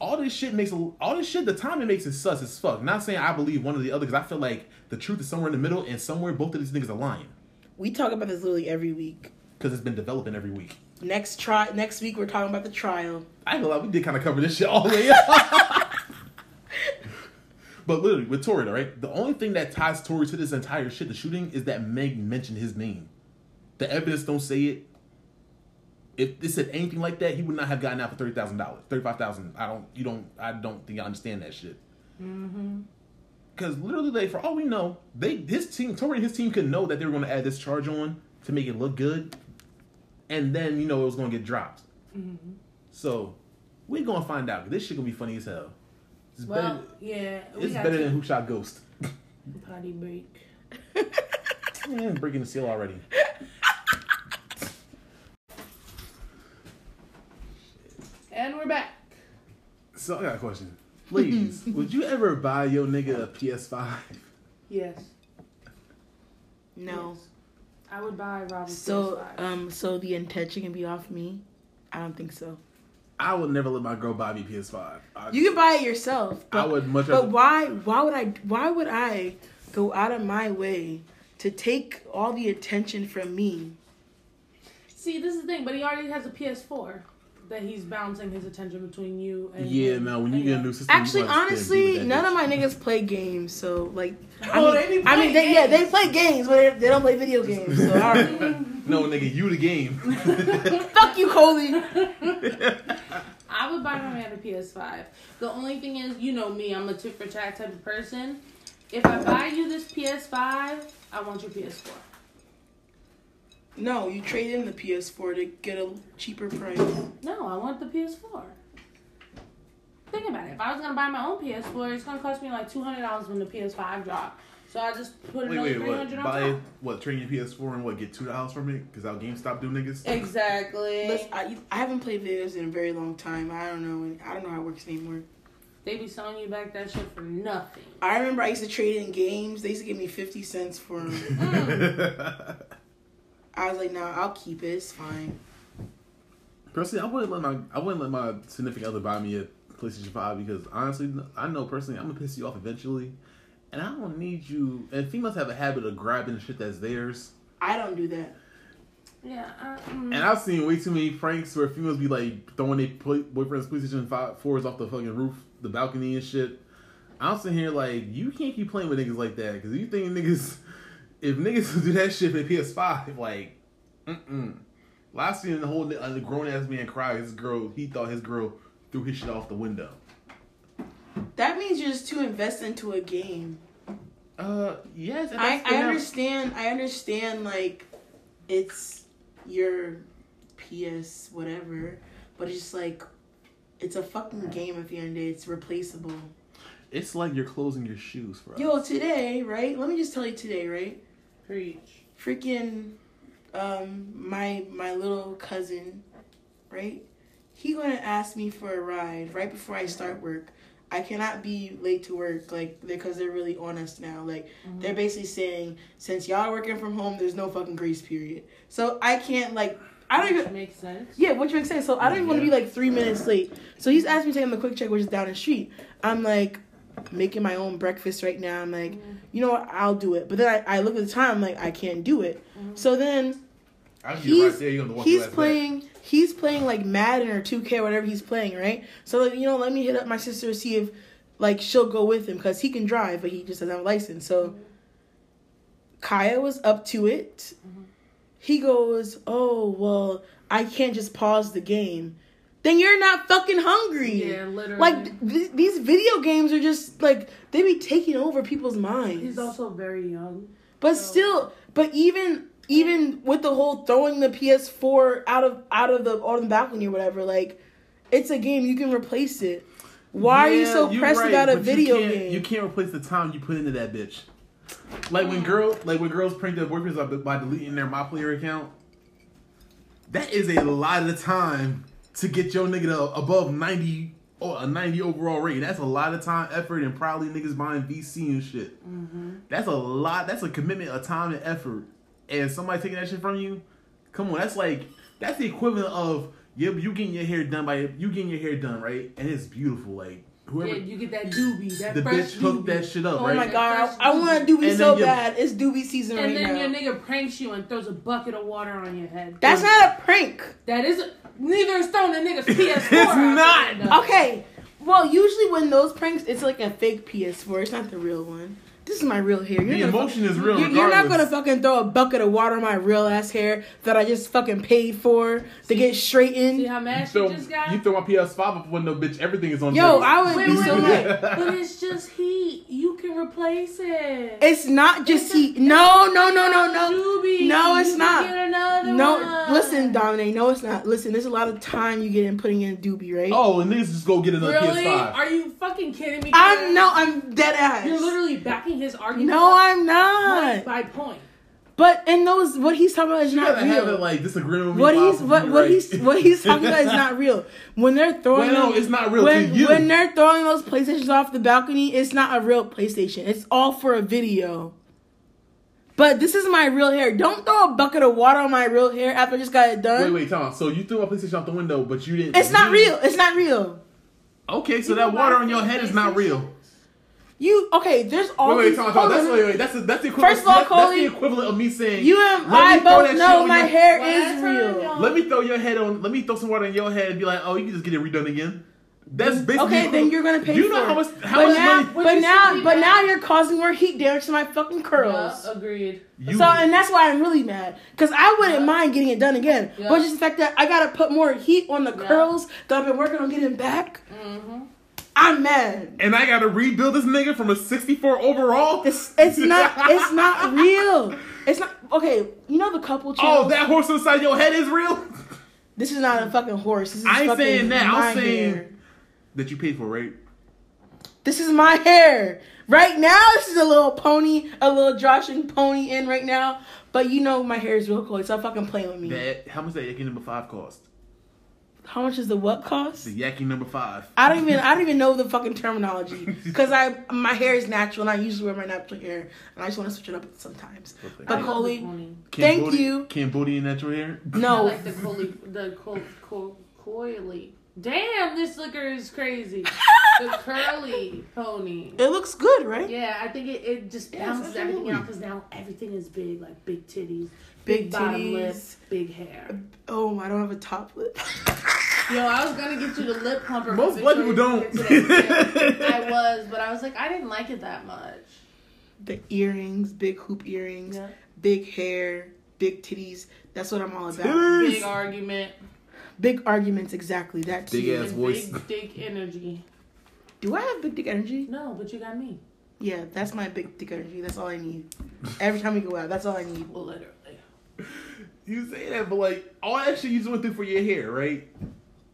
All this shit makes a- all this shit. The time it makes is sus as fuck. Not saying I believe one or the other because I feel like the truth is somewhere in the middle and somewhere both of these niggas are lying we talk about this literally every week because it's been developing every week. next try next week we're talking about the trial I ain't gonna lie, we did kind of cover this shit all the way up. but literally, with Tori, all right, the only thing that ties Tori to this entire shit, the shooting, is that Meg mentioned his name. The evidence don't say it. If this said anything like that, he would not have gotten out for thirty thousand dollars, thirty five thousand. I don't, you don't, I don't think I understand that shit. Because literally, they for all we know, they his team, Tori and his team could know that they were going to add this charge on to make it look good, and then you know it was going to get dropped. So we gonna find out. This shit gonna be funny as hell. It's Well, better, yeah. We it's got better than to Who Shot Ghost. potty break. Man, breaking the seal already. And we're back. So I got a question. (laughs) Ladies, would you ever buy your nigga a PS5? Yes. no Yes. I would buy Robin. um, So, um, so the intention can be off me. I don't think so. I would never let my girl buy me PS5. I, You can buy it yourself. I would much rather. But why? Why would I? Why would I go out of my way to take all the attention from me? See, this is the thing, but he already has a PS4 that he's bouncing his attention between you and yeah, him. no. When you And get a him. new system, you Actually, wanna spend, be with honestly, that none bitch. of my niggas play games, so like, I Oh, mean, they be I mean, playing they, yeah, they games. play games, but they, they don't (laughs) play video games. So all right. no, nigga, you the (laughs) game. fuck you, Coley. I would buy my man a PS5. The only thing is, you know me, I'm a tit for tat type of person. If I buy you this PS5, I want your PS4. No, you trade in the PS4 to get a cheaper price. No, I want the PS4. Think about it. If I was gonna buy my own PS4, it's gonna cost me like two hundred dollars when the PS5 dropped. So I just put Wait, another wait, three hundred what? on Buy top. what? Trade your PS4 and what? Get two dollars from it? Cause how GameStop do niggas? (laughs) Exactly. Listen, I, I haven't played video games in a very long time. I don't know. I don't know how it works anymore. They be selling you back that shit for nothing. I remember I used to trade in games. They used to give me fifty cents for 'em. Mm. I was like, nah, I'll keep it. It's fine. personally, I wouldn't let my I wouldn't let my significant other buy me a PlayStation Five because honestly, I know personally I'm gonna piss you off eventually, and I don't need you. And females have a habit of grabbing the shit that's theirs. I don't do that. Yeah. I, mm. And I've seen way too many pranks where females be like throwing their play- boyfriend's PlayStation 5 fours off the fucking roof, the balcony and shit. I'm sitting here like, you can't keep playing with niggas like that because you think niggas, (laughs) if niggas (laughs) do that shit for PS5, like, mm-mm. Last seen the whole uh, the grown ass man cry. His girl, he thought his girl threw his shit off the window. That means you're just too invested into a game. Uh, yes. and I, that's I been out- understand. I understand. Like, it's your PS whatever, but it's just like, it's a fucking game. At the end of the day, it's replaceable. It's like you're closing your shoes for us. Yo, today, right? Let me just tell you today, right? Preach. Freaking, um, my my little cousin, right? He gonna ask me for a ride right before I start work. I cannot be late to work, like, because they're really on us now. Like, they're basically saying, since y'all are working from home, there's no fucking grace period. So I can't, like, I don't even, Which makes sense. yeah, which makes sense. So I don't even want to be like three minutes late. So he's asked me to take him a quick check, which is down the street. I'm like making my own breakfast right now. I'm like, you know what? I'll do it. But then I, I look at the time. I'm like, I can't do it. So then I can get he's right there. You're gonna walk your he's ass back. playing he's playing like Madden or 2K or whatever he's playing, right? So like, you know, let me hit up my sister to see if like she'll go with him because he can drive, but he just doesn't have a license. So Kaya was up to it. Mm-hmm. He goes, "Oh well, I can't just pause the game." Then you're not fucking hungry. Yeah, literally. Like th- these video games are just like they be taking over people's minds. He's also very young. But So- still, but even even with the whole throwing the PS4 out of out of the on the balcony or whatever, like it's a game you can replace it. Why are you Yeah, so you're pressed right, about a but video you can't, game? You can't replace the time you put into that bitch. Like when girl, like when girls prank their boyfriends up by deleting their my player account. That is a lot of time to get your nigga to above ninety or a ninety overall rating. That's a lot of time, effort, and probably niggas buying VC and shit. That's a lot. That's a commitment of time and effort. And somebody taking that shit from you, come on. That's like that's the equivalent of you, you getting your hair done by you getting your hair done right, and it's beautiful. Like whoever Yeah, you get that doobie, that the fresh bitch hooked doobie. that shit up, oh right? my That god, first I, I want to doobie And so then you- bad. It's doobie season right And then now. your nigga pranks you and throws a bucket of water on your head. That's not a prank. That is neither is throwing a nigga's PS4. (laughs) It's out the not. window. Okay. Well, usually when those pranks, it's like a fake PS4. It's not the real one. This is my real hair. You're The gonna emotion is real. You're, you're not regardless. gonna fucking throw a bucket of water on my real ass hair that I just fucking paid for to get straightened. See how mad she So, just got. you throw my PS5 up when no bitch, everything is on. Yo, the- I would Wait, be wait, so wait. (laughs) (laughs) mad. but it's just heat. You can replace it. It's not just he. No, no, no, no, no. Doobie. No, you it's can not. Get another No, one. listen, Dominic. No, it's not. Listen, there's a lot of time you get in putting in a doobie, right? oh, and niggas just go get another Really? PS5. Are you fucking kidding me? I'm no, I'm dead ass. You're literally backing his argument. no, up I'm point not. by point. But and those what he's talking about is you not gotta have real. it like disagreeing with me. What while he's I'm what being what right. he's (laughs) what he's talking about is not real. When they're throwing Well, no, them- it's not real when, to you. when they're throwing those PlayStations off the balcony, it's not a real PlayStation. It's all for a video. But this is my real hair. Don't throw a bucket of water on my real hair after I just got it done. Wait, wait, Tom. So you threw a PlayStation out the window, but you didn't. It's not you- real. It's not real. Okay, so that water on your head is not real. You okay? There's all Wait, wait, these. Tom, Tom. That's Hold on. wait, wait. That's the, that's the equivalent. First of all, that- that's Coley, the equivalent of me saying You and let I me throw that both shit know on my your- hair Last is time, real. y'all- Let me throw your head on. Let me throw some water in your head and be like, oh, you can just get it redone again. That's basically Mm, Okay, then you're gonna pay Do you for know it. how much? How but much now, money? Would but you now, see but that? now you're causing more heat damage to my fucking curls. Yeah, agreed. You, so and that's why I'm really mad because I wouldn't mind getting it done again, Yeah. but just the fact that I gotta put more heat on the Yeah. curls that I've been working on getting back, Mm-hmm. I'm mad. and I gotta rebuild this nigga from a 64 overall. It's (laughs) it's not it's not real. It's not okay. You know the couple. challenge? Oh, that horse inside your head is real. This is not a fucking horse. This is I ain't fucking saying that. my I'm saying hair. that you paid for, right? This is my hair. Right now, this is a little pony, a little Joshing pony in right now. But you know my hair is real cool. Stop fucking playing with me. That how much that Yaki number five cost? How much is the what cost? The Yaki number five. I don't even I don't even know the fucking terminology because I my hair is natural and I usually wear my natural hair and I just want to switch it up sometimes. Okay. But Coley, thank Cambodian- you. Cambodian natural hair. I no, like the coily, the co- co- coily. Damn, this liquor is crazy. the curly pony. (laughs) it looks good, right? Yeah, I think it, it just Yes, balances everything absolutely. out because now everything is big, like big titties, Big bottom lip, titties. big hair. Oh, I don't have a top lip. Yo, I was gonna get you the lip plumper. Most black people don't. (laughs) I was, but I was like, I didn't like it that much. the earrings, big hoop earrings, Yeah. big hair, big titties. That's what I'm all about. Big Titties. argument, Big arguments, exactly. That Big too. ass and voice. big dick energy. Do I have big dick energy? No, but you got me. Yeah, that's my big dick energy. That's all (laughs) I need. Every time we go out, that's all I need. Well, literally. You say that, but like all that shit you just went through for your hair, right?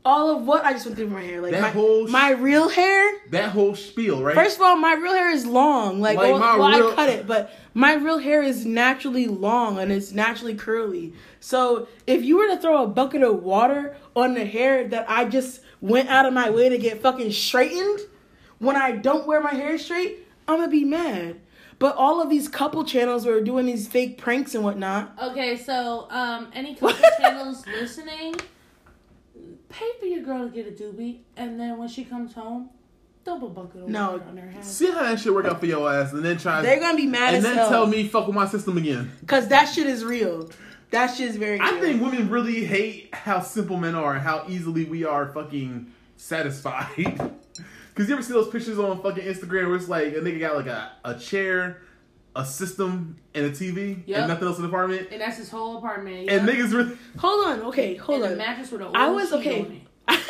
All of what I just went through my hair, like That my whole sh- my real hair. That whole spiel, right? First of all, my real hair is long. Like, Like, well, my well, I real- cut it, but my real hair is naturally long and it's naturally curly. So if you were to throw a bucket of water on the hair that I just went out of my way to get fucking straightened, when I don't wear my hair straight, I'm gonna be mad. But all of these couple channels were doing these fake pranks and whatnot. Okay, so um, any couple channels listening, pay for your girl to get a doobie, and then when she comes home, double bucket of No. water on her head. See how that shit work out for your ass, and then try. They're gonna be mad and as then tell hell me fuck with my system again. because that shit is real. That shit is very. I real. think women really hate how simple men are and how easily we are fucking satisfied. (laughs) Cause you ever see those pictures on fucking Instagram where it's like a nigga got like a, a chair, a system, and a TV, Yep. and nothing else in the apartment. And that's his whole And apartment. yeah. niggas really Hold on. Okay. Hold and on. a mattress with an oil I was sheet okay. on it.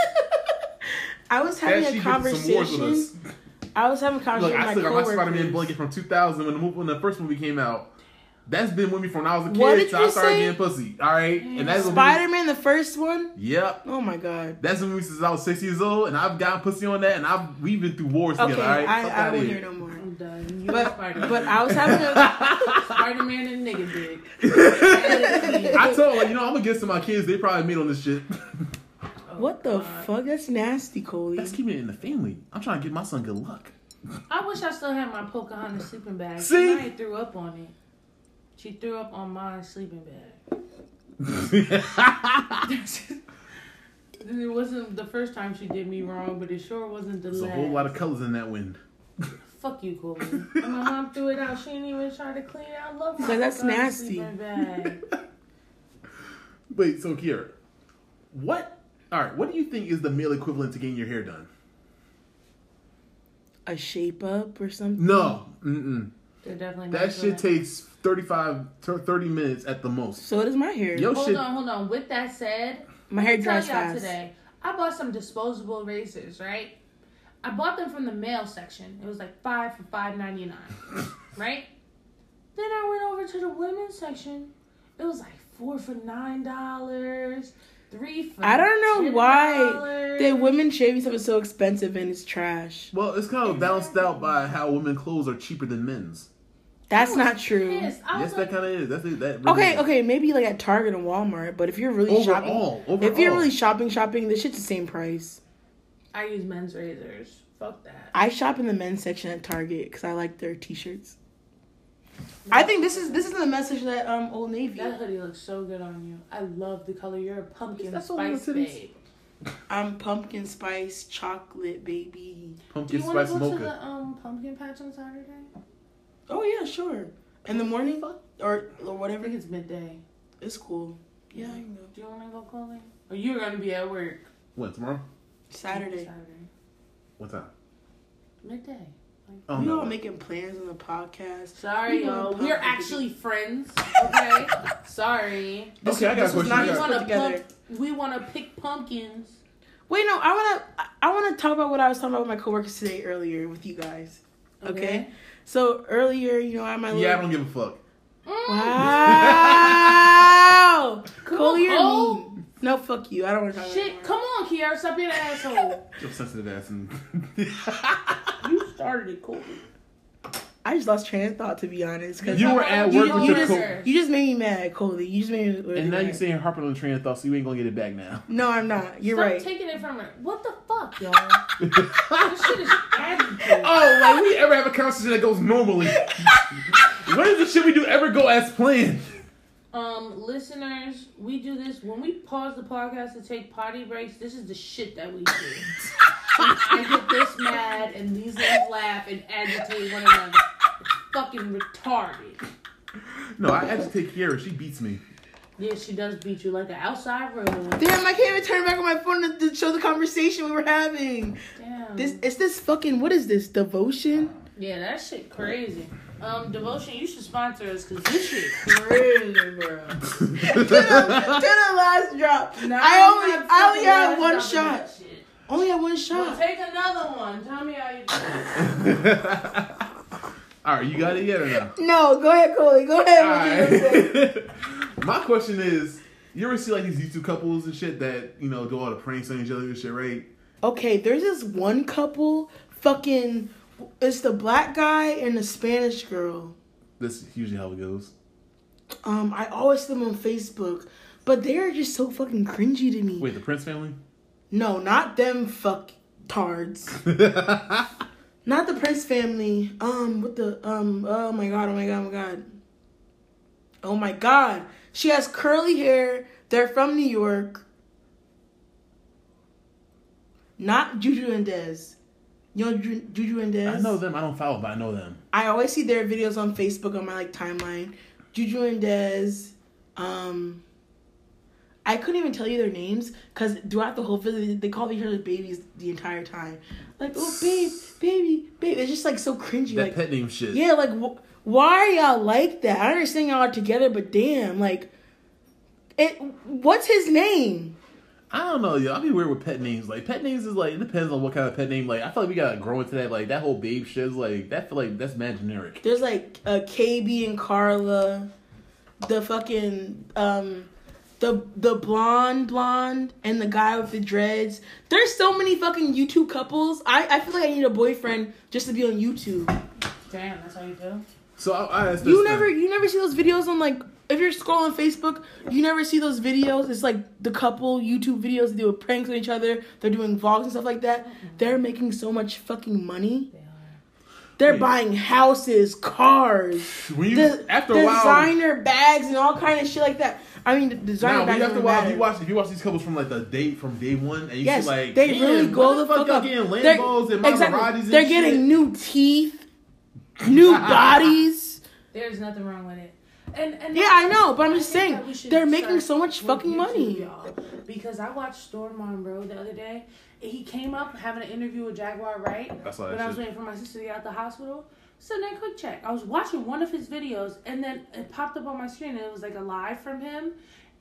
I was that having she a did some wars with conversation. us. I was having a Look, conversation I still with my got my Spider Man coworkers. blanket from 2000 when the, movie, when the first movie came out. That's been with me from when I was a kid. What did till you I started say? Mm, getting pussy. All right, and that's Spider Man, the first one. Been, yep, Oh my god. that's been with me since I was six years old, and I've gotten pussy on that, and I've we've been through wars Okay, together. All right, Fuck I, I outta won't here. hear no more. I'm done. You But Spider-Man. but I was having (laughs) a Spider Man and nigga dick. I told like you know I'm gonna get to my kids. They probably meet on this shit. (laughs) what the fuck? That's nasty, Coley. That's keeping it in the family. I'm trying to get my son good (laughs) luck. I wish I still had my Pocahontas sleeping bag. See? I ain't threw up on it. She threw up on my sleeping bag. And it wasn't the first time she did me wrong, but it sure wasn't the There's a last. whole lot of colors in that wind. (laughs) Fuck you, Kobe. And my mom threw it out. She didn't even try to clean it. I love my So that's fucking nasty. sleeping bag. Wait, so Kiera, what? All right, what do you think is the male equivalent to getting your hair done? A shape up or something. No, mm-mm. They're definitely not That doing shit takes 35, thir- 30 minutes at the most. So does my hair. Yo Hold shit. on, hold on. With that said, My hair tell y'all dries fast. today, I bought some disposable razors, right? I bought them from the mail section. It was like five for five ninety nine, (laughs) right? Then I went over to the women's section. It was like four for nine dollars, three for I don't know why $10. the women shaving stuff is so expensive and it's trash. Well, it's kind of balanced out by how women clothes are cheaper than men's. That's was not true. pissed. I Yes, was like, that kind of is. That's it. That really Okay, is. okay, maybe like at Target and Walmart, but if you're really shopping, Overall, overall. If you're really shopping, shopping, this shit's the same price. I use men's razors. Fuck that. I shop in the men's section at Target because I like their t-shirts. I think this is this is the message that um Old Navy. That hoodie looks so good on you. I love the color. You're a pumpkin That's all spice the titties. babe. I'm pumpkin spice chocolate baby. Do Pumpkin you want spice to go mocha. to the um pumpkin patch on Saturday? Oh yeah, sure. In the morning or or I whatever. think it's midday. It's cool. Yeah, you know. Do you want to go, Chloe? Or you're gonna be at work What tomorrow? Saturday. Saturday. What time? Midday. Oh We all no. making plans on the podcast. Sorry, We want y'all. pumpkin We're patch. actually (laughs) friends. Okay. Sorry. This- Okay, I got this a question. was not I We got- put want to together. pump. We want to pick pumpkins. Wait, no, I wanna I- I wanna talk about what I was talking about with my coworkers today earlier with you guys. Okay. So earlier, you know, I had my Yeah, I little don't give a fuck. Mm. (laughs) Wow Come Cole, you're on, Cole. mean. No, fuck you. I don't want to talk Shit, about come on, Kiara, stop being an (laughs) asshole. Your sensitive ass. And you started it, Cole. I just lost train of thought to be honest. 'cause You were at you, work you with your just, co- you just made me mad, Coley. You just made me (laughs) really and now mad. you're sitting here harping on the train of thought, so you ain't gonna get it back now. No, I'm not. You're Stop right. taking it from her. What the fuck, y'all? this (laughs) shit is agitating. (laughs) Oh, like we ever have a conversation that goes normally. (laughs) when does the shit we do ever go as planned? Um, listeners, we do this when we pause the podcast to take potty breaks. This is the shit that we do. (laughs) I get this mad, and these guys laugh and agitate one another. Fucking retarded. No, I had to take Kiara. She beats (laughs) me. Yeah, she does beat you like an outside road. Damn, I can't even turn back on my phone to, to show the conversation we were having. Damn. This is this fucking what is (laughs) this devotion? yeah, that shit crazy. Um, devotion, you should sponsor us because this shit (laughs) crazy, bro. to, the, to the last drop. I only I only had one shot. Only had one Well, shot. take another one. Tell me how you do. All right, you got it yet or (laughs) no? No, go ahead, Coley. Go ahead. All what you gonna say. right. (laughs) My question is, you ever see like these YouTube couples and shit that you know do all the pranks on each other and shit, right? Okay, there's this one couple. Fucking, it's the black guy and the Spanish girl. That's usually how it goes. Um, I always see them on Facebook, but they're just so fucking cringy to me. Wait, the Prince (laughs) family? No, not them fuck tards. Not the Prince family. Um, what the um? Oh my god! Oh my god! Oh my god! Oh my god! She has curly hair. They're from New York. Not Juju and Dez. You know Ju- Juju and Dez. I know them. I don't follow, but I know them. I always see their videos on Facebook on my like timeline. Juju and Dez. Um, I couldn't even tell you their names because throughout the whole video they call each other babies the entire time. Like, oh babe, baby, babe. It's just like so cringy. That like, pet name shit. yeah, like wh- why are y'all like that? I understand y'all are together, but damn, like, it. What's his name? I don't know, yo. I'll be weird with pet names. Like pet names is like it depends on what kind of pet name. Like I feel like we gotta grow into that. Like that whole babe shit is like that. Feel like that's mad generic. There's like uh, KB and Carla, the fucking um, the the blonde blonde and the guy with the dreads. There's so many fucking YouTube couples. I I feel like I need a boyfriend just to be on YouTube. Damn, that's how you do. So I, I asked You this never thing. you never see those videos on like if you're scrolling Facebook, you never see those videos. It's like the couple YouTube videos they do pranks on each other. They're doing vlogs and stuff like that. They're making so much fucking money. They are. They're Yeah. buying houses, cars When you, the, after a while, designer bags and all kind of shit like that. I mean, the designer Now, bags. after a don't while, if matter. you watch if you watch these couples from like the date from day one, and you yes, see like they damn, really why go the fuck y'all up. getting They're- Lambos and Maseratis exactly. and They're shit? getting new teeth, (laughs) new bodies. There's nothing wrong with it. And, and Yeah, I know, but I'm just think saying that we should they're making start so much with fucking YouTube, money. y'all. because I watched Storm Monroe the other day. and He came up having an interview with Jaguar Wright That's all when that I was shit. waiting for my sister to get out the hospital. So then, quick check. I was watching one of his videos, and then it popped up on my screen, and it was like a live from him,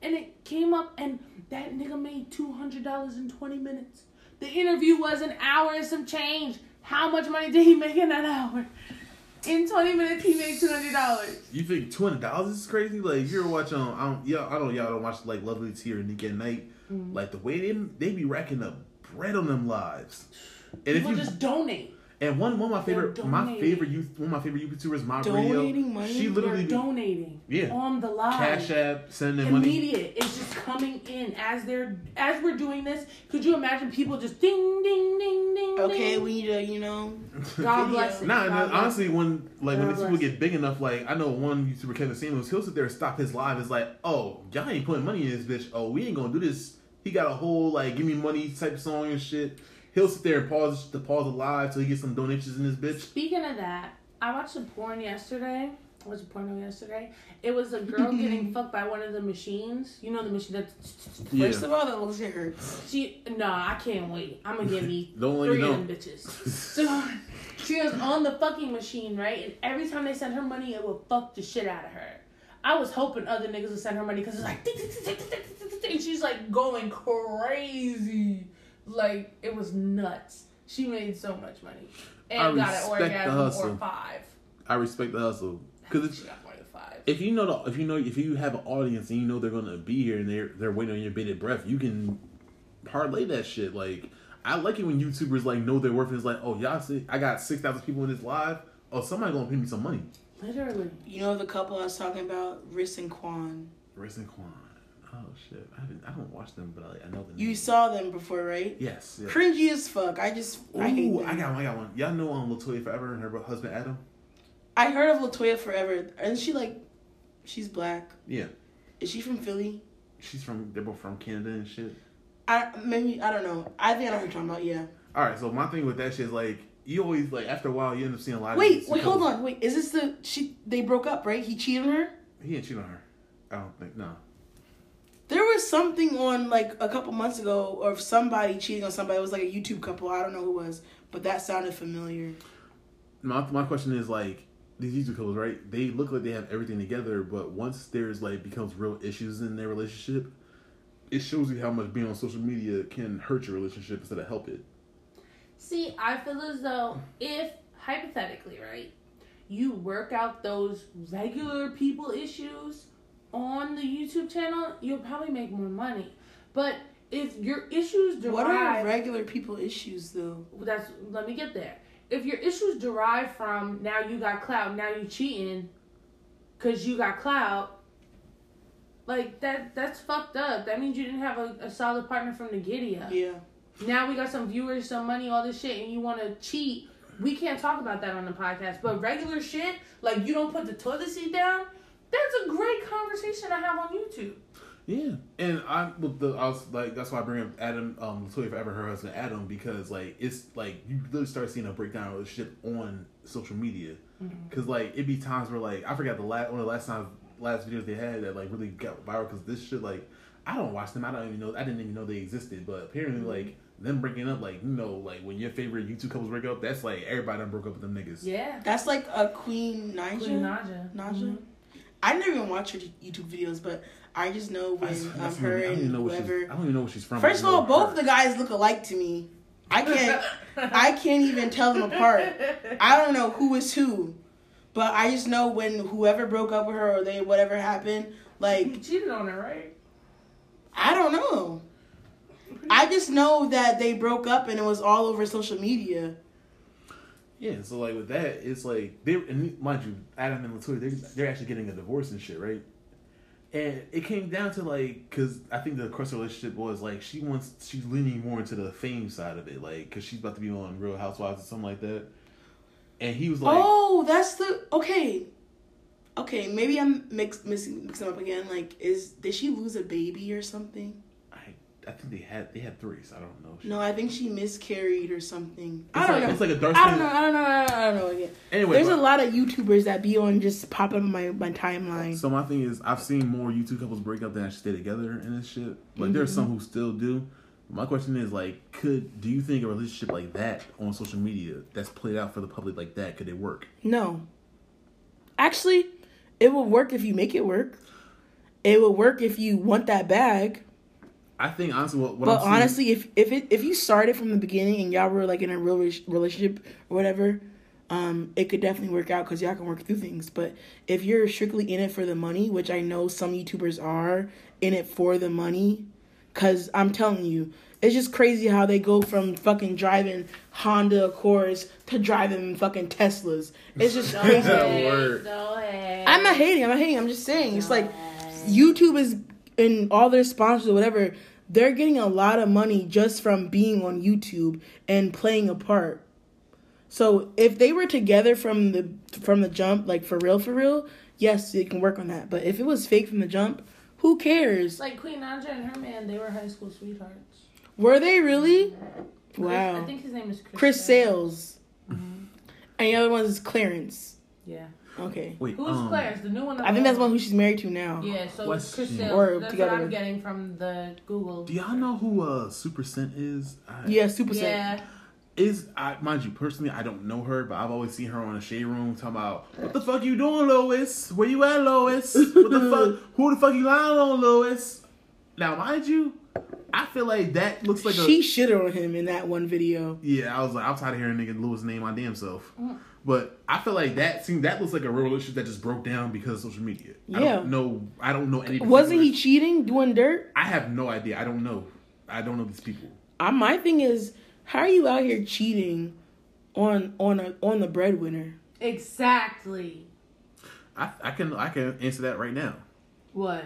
and it came up, and that nigga made two hundred dollars in twenty minutes. The interview was an hour and some change. How much money did he make in that hour? In twenty minutes, he made two hundred dollars. You think two hundred dollars is crazy? Like you're watching, I don't, yeah, I don't, y'all don't watch like Lovely Tea or Nick at Night. Like the way they they be racking up bread on them lives, and if People you just donate. And one one of my They're favorite my donating. favorite youth one of my favorite YouTubers, my radio. Donating money? She literally They're donating Yeah. on the live. cash app, send them money. Immediate. It's just coming in as they're as we're doing this. Could you imagine people just ding ding ding ding? Okay, ding? we need to, you know. (laughs) God bless it. Nah, and God then bless honestly, when like when God these people bless. get big enough, like I know one YouTuber Kevin Samuels, he'll sit there and stop his live. It's like, oh, y'all ain't putting money in this bitch. Oh, we ain't gonna do this. He got a whole like give me money type song and shit. He'll sit there and pause the pause the live till he gets some donations in this bitch. Speaking of that, I watched a porn yesterday. I watched a porno yesterday. It was a girl (laughs) getting fucked by one of the machines. You know the machine that Yeah, First of all, that looks like it hurts. she. No, I can't wait. I'm gonna give me (laughs) Don't let three you of them bitches. So (laughs) she was on the fucking machine, right? And every time they sent her money, it would fuck the shit out of her. I was hoping other niggas would send her money because it's like, tick, tick, tick, tick, tick, tick, tick, tick, tick, and she's like going crazy. Like it was nuts. She made so much money I and got an respect the orgasm hustle. or five. I respect the hustle because it's She got more than five. if you know the, if you know if you have an audience and you know they're gonna be here and they're they're waiting on your bated breath, you can parlay that shit. Like I like it when YouTubers like know their worth and it's like, oh y'all see, I got six thousand people in this live. Oh, somebody gonna pay me some money. Literally. You know the couple I was talking about, Riss and Kwan. Risen Kwan. Oh shit, I haven't I don't watch them, but I, I know them. You saw them before, right? yes. yes. Cringy as fuck. I just I hate Ooh, them. I got one. I got one. Y'all know um, Latoya Forever and her husband Adam. I heard of Latoya forever, and she like, she's black. Yeah, Is she from Philly? she's from. They're both from Canada and shit. I maybe I don't know. I think I know who you're talking about. Yeah. All right, so my thing with that shit is like you always like after a while you end up seeing a lot. of Wait, these wait, hold people- on. Wait, is this the she? They broke up, right? He cheated on her. He ain't cheating on her. I don't think. No. There was something on like a couple months ago, or somebody cheating on somebody. It was like a YouTube couple. I don't know who it was, but that sounded familiar. My my question is like these YouTube couples, right? They look like they have everything together, but once there's like becomes real issues in their relationship, it shows you how much being on social media can hurt your relationship instead of help it. See, I feel as though if hypothetically, right, you work out those regular people issues on the YouTube channel, you'll probably make more money. But if your issues derive What are regular people issues though? that's let me get there. If your issues derive from now you got clout, now you cheating, cause you got clout, like that that's fucked up. That means you didn't have a, a solid partner from the giddy up Yeah. now we got some viewers, some money, all this shit, and you want to cheat. We can't talk about that on the podcast. But regular shit, like you don't put the toilet seat down, that's a great conversation to have on YouTube. Yeah, and I with the I was like that's why I bring up Adam um Latoya Forever her husband Adam because like it's like you literally start seeing a breakdown of relationship on social media Mm-hmm. because like it'd be times where like I forgot the last one of the last times last videos they had that like really got viral because this shit like I don't watch them I don't even know I didn't even know they existed but apparently Mm-hmm. like them breaking up like you know like when your favorite YouTube couples break up that's like everybody done broke up with them niggas Yeah. That's like a Queen Naja. Queen Mm-hmm. Naja. Naja. I never even watch her YouTube videos, but I just know I, when swear, um, that's her what- I don't and even know what she's, whoever. I don't even know where she's from First of I know all, both her. the guys look alike to me. I Mm-hmm. (laughs) can't, I can't even tell them apart. I don't know who is who, but I just know when whoever broke up with her or they whatever happened. You Like cheated on her, right? I don't know. I just know that they broke up and it was all over social media. Yeah, so like with that, it's like they and mind you, Adam and Latoya, they're they're actually getting a divorce and shit, right? And it came down to like, cause I think the crux of the relationship was like she wants she's leaning more into the fame side of it, like, cause she's about to be on Real Housewives or something like that. And he was like, oh, that's the okay. Okay, maybe I'm mix, mixing mixing up again. Like, is did she lose a baby or something? I, I think they had they had three, so I don't know. No, I think she miscarried or something. It's I don't like- know. it's like a dark I don't skin- know. I don't know. I don't know. I don't know again. Anyway, There's but- a lot of YouTubers that be on just popping up my my timeline. So my thing is, I've seen more YouTube couples break up than actually stay together and this shit. Like there are Mm-hmm. some who still do. My question is like, could do you think a relationship like that on social media that's played out for the public like that could it work? No. Actually, it will work if you make it work. It will work if you want that bag. I think honestly, what, what But I'm seeing- honestly, if if it if you started from the beginning and y'all were like in a real re- relationship or whatever, um, it could definitely work out because y'all can work through things. But if you're strictly in it for the money, which I know some YouTubers are in it for the money, Cause I'm telling you, it's just crazy how they go from fucking driving Honda Accords to driving fucking Teslas. (laughs) It's just Go That crazy. ahead. word. Go ahead. I'm not hating. I'm not hating. I'm just saying. It's like Yes. YouTube is and all their sponsors or whatever. They're getting a lot of money just from being on YouTube and playing a part. So if they were together from the from the jump, like for real, for real, yes, they can work on that. But if it was fake from the jump, who cares? It's like Queen Andra and her man, they were high school sweethearts. Were they really? Chris- I Wow. think his name is Chris. Chris Sales. And the other one is Clarence. Yeah. Okay. Wait, Who's um, Clarence? The new one. or I the think that's old one who she's married to now. Uh-huh. Yeah, so What's- it's Chris yeah. Sales. Or that's together. what I'm getting from the Google. Do y'all know who uh, Super Scent is? I, Yeah, Super Saiyan. Yeah. Is I mind you personally, I don't know her, but I've always seen her on a shade room talking about what the fuck you doing, Lois? Where you at, Lois? What the fuck? (laughs) Who the fuck you lying on, Lois? Now, mind you, I feel like that looks like she a shitted on him in that one video. yeah. I was like, I'm tired of hearing nigga Lewis name my damn self. Mm. But I feel like that seems that looks like a real relationship that just broke down because of social media. I Yeah. don't know. I don't know any. Wasn't he particular- cheating, doing dirt? I have no idea. I don't know. I don't know these people. I, my thing is, how are you out here cheating on on a on the breadwinner? Exactly. I, I can I can answer that right now. What?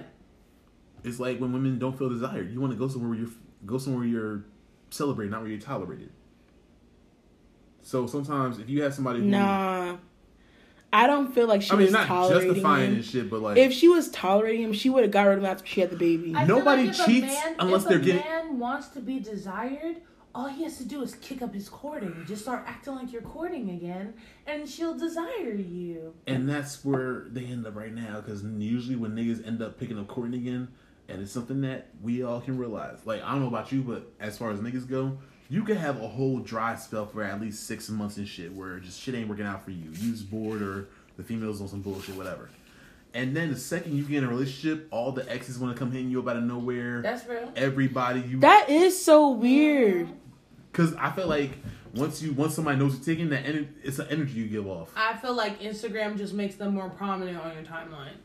It's like when women don't feel desired. You want to go somewhere where you're go somewhere where you're celebrated, not where you're tolerated. So sometimes if you have somebody who Nah, I don't feel like she Mm. I mean was not tolerating justifying him. and shit, but like If she was tolerating him, she would have got rid of him after she had the baby. I feel Nobody if a cheats unless if they're a getting- man wants to be desired. All he has to do is kick up his courting. Just start acting like you're courting again, and she'll desire you. and that's where they end up right now because usually when niggas end up picking up courting again, and it's something that we all can realize. Like I don't know about you, but as far as niggas go. You could have a whole dry spell for at least six months and shit where just shit ain't working out for you. You's bored or the females on some bullshit, whatever. And then the second you get in a relationship, all the exes want to come hitting you up out of nowhere. That's real. everybody you That is so weird. (laughs) because I feel like once you once somebody knows you're taking that ener- it's an energy you give off. I feel like Instagram just makes them more prominent on your timeline.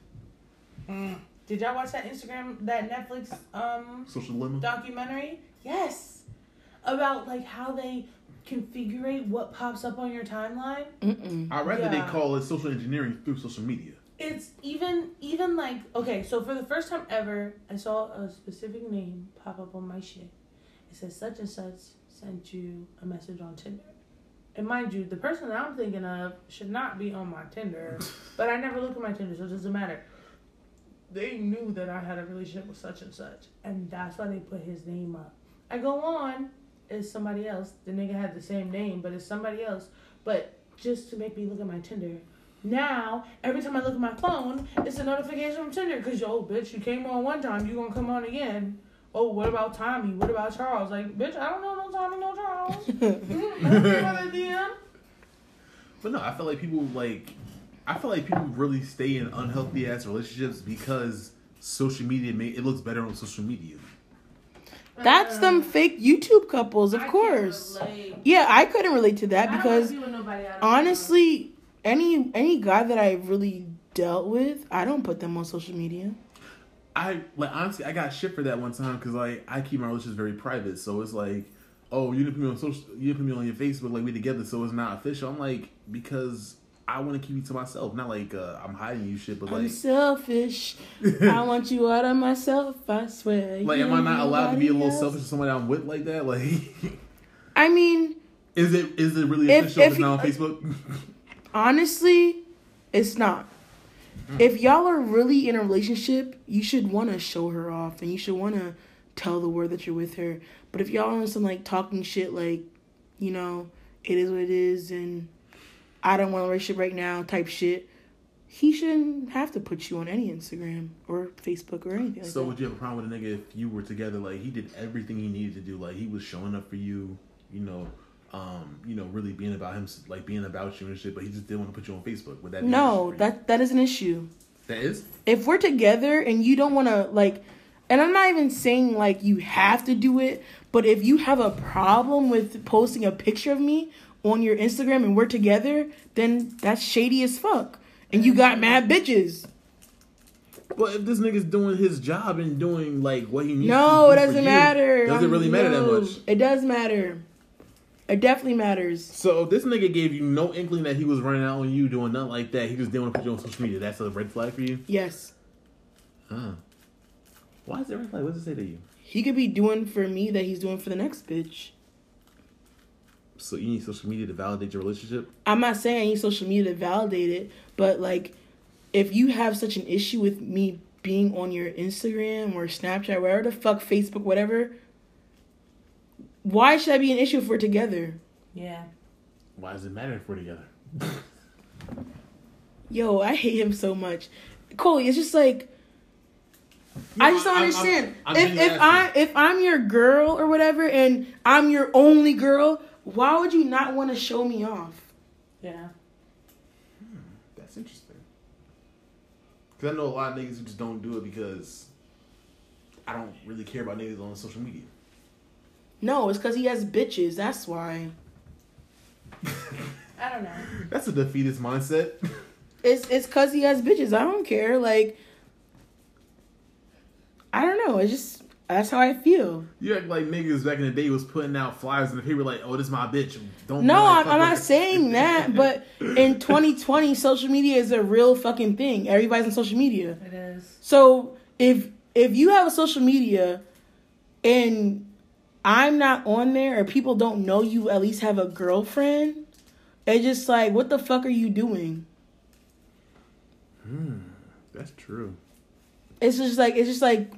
Mm. Did y'all watch that Instagram, that Netflix um, Social dilemma. documentary? Yes. About like how they configure what pops up on your timeline. Mm-mm. I rather Yeah. they call it social engineering through social (laughs) media. It's even even like okay, so for the first time ever, I saw a specific name pop up on my shit. It says such and such sent you a message on Tinder. And mind you, the person that I'm thinking of should not be on my Tinder, but I never look at my Tinder, so it doesn't matter. They knew that I had a relationship with such and such, and that's why they put his name up. I go on, it's somebody else. The nigga had the same name, but it's somebody else. But just to make me look at my Tinder, now, every time I look at my phone, it's a notification from Tinder because, yo, bitch, you came on one time, you gonna come on again. Oh, what about Tommy? What about Charles? Like, bitch, I don't know no Tommy, no (laughs) Charles. Mm, I don't care about that DM. But no, I feel like people like I feel like people really stay in unhealthy ass relationships because social media make it looks better on social media. That's them fake YouTube couples, of Uh-uh. I can't course. relate. Yeah, I couldn't relate to that I don't because wanna be with nobody I don't know. honestly any any guy that i really dealt with i don't put them on social media I like honestly, I got shit for that one time because like I keep my relationships very private, so it's like, oh, you didn't put me on social, you didn't put me on your Facebook, like we together, so it's not official. I'm like because I want to keep you to myself, not like uh, I'm hiding you shit, but i'm like, (laughs) selfish i want you out of myself i swear like You am I ain't not allowed to be a little nobody selfish else. with somebody I'm with like that? (laughs) Like, i mean is it is it really If- official? If, if it's you- not on Facebook. (laughs) honestly it's not Mm. if y'all are really in a relationship you should want to show her off and you should want to tell the world that you're with her but if y'all are on some like talking shit like you know it is what it is and i don't want a relationship right now type shit he shouldn't have to put you on any instagram or facebook or anything like so that would you have a problem with a nigga if you were together? Like he did everything he needed to do. Like he was showing up for you. You know. Um, you know, really being about him, like being about you and shit, but he just didn't want to put you on Facebook. Would that be an issue no for you? that that is an issue That is. if we're together and you don't want to like and i'm not even saying like you have to do it but if you have a problem with posting a picture of me on your instagram and we're together then that's shady as fuck and you got mad bitches But if this nigga's doing his job and doing like what he needs, No, to it do for doesn't you, matter. Does it I'm- really matter no, that much? It does matter. It definitely matters. So if this nigga gave you no inkling that he was running out on you doing nothing like that, he just didn't want to put you on social media. That's a red flag for you. Yes. Huh. Why is it red flag? What does it say to you? He could be doing for me that he's doing for the next bitch. So you need social media to validate your relationship? I'm not saying I need social media to validate it, but like, if you have such an issue with me being on your Instagram or Snapchat, wherever the fuck, Facebook, whatever, why should I be an issue if we're together? Yeah. Why does it matter if we're together? Yo, I hate him so much. Cole, it's just like I just don't I'm- I'm- understand. I'm if genuinely if I asking. if I'm your girl or whatever, and I'm your only girl, why would you not want to show me off? Yeah. That's interesting. Cause I know a lot of niggas who just don't do it because I don't really care about niggas on social media. (laughs) No, it's because he has bitches. That's why. I don't know. That's a defeatist mindset. (laughs) It's it's cause he has bitches. I don't care. Like I don't know. It's just that's how I feel. You act like niggas back in the day was putting out flyers in the paper like, "Oh, this is my bitch." Don't like, No, I'm, fuck I'm with not her. (laughs) saying that, but in 2020, social media is a real fucking thing. Everybody's on social media. It is. So if if you have a social media and I'm not on there or people don't know you at least have a girlfriend, it's just like what the fuck are you doing? that's true. It's just like it's just like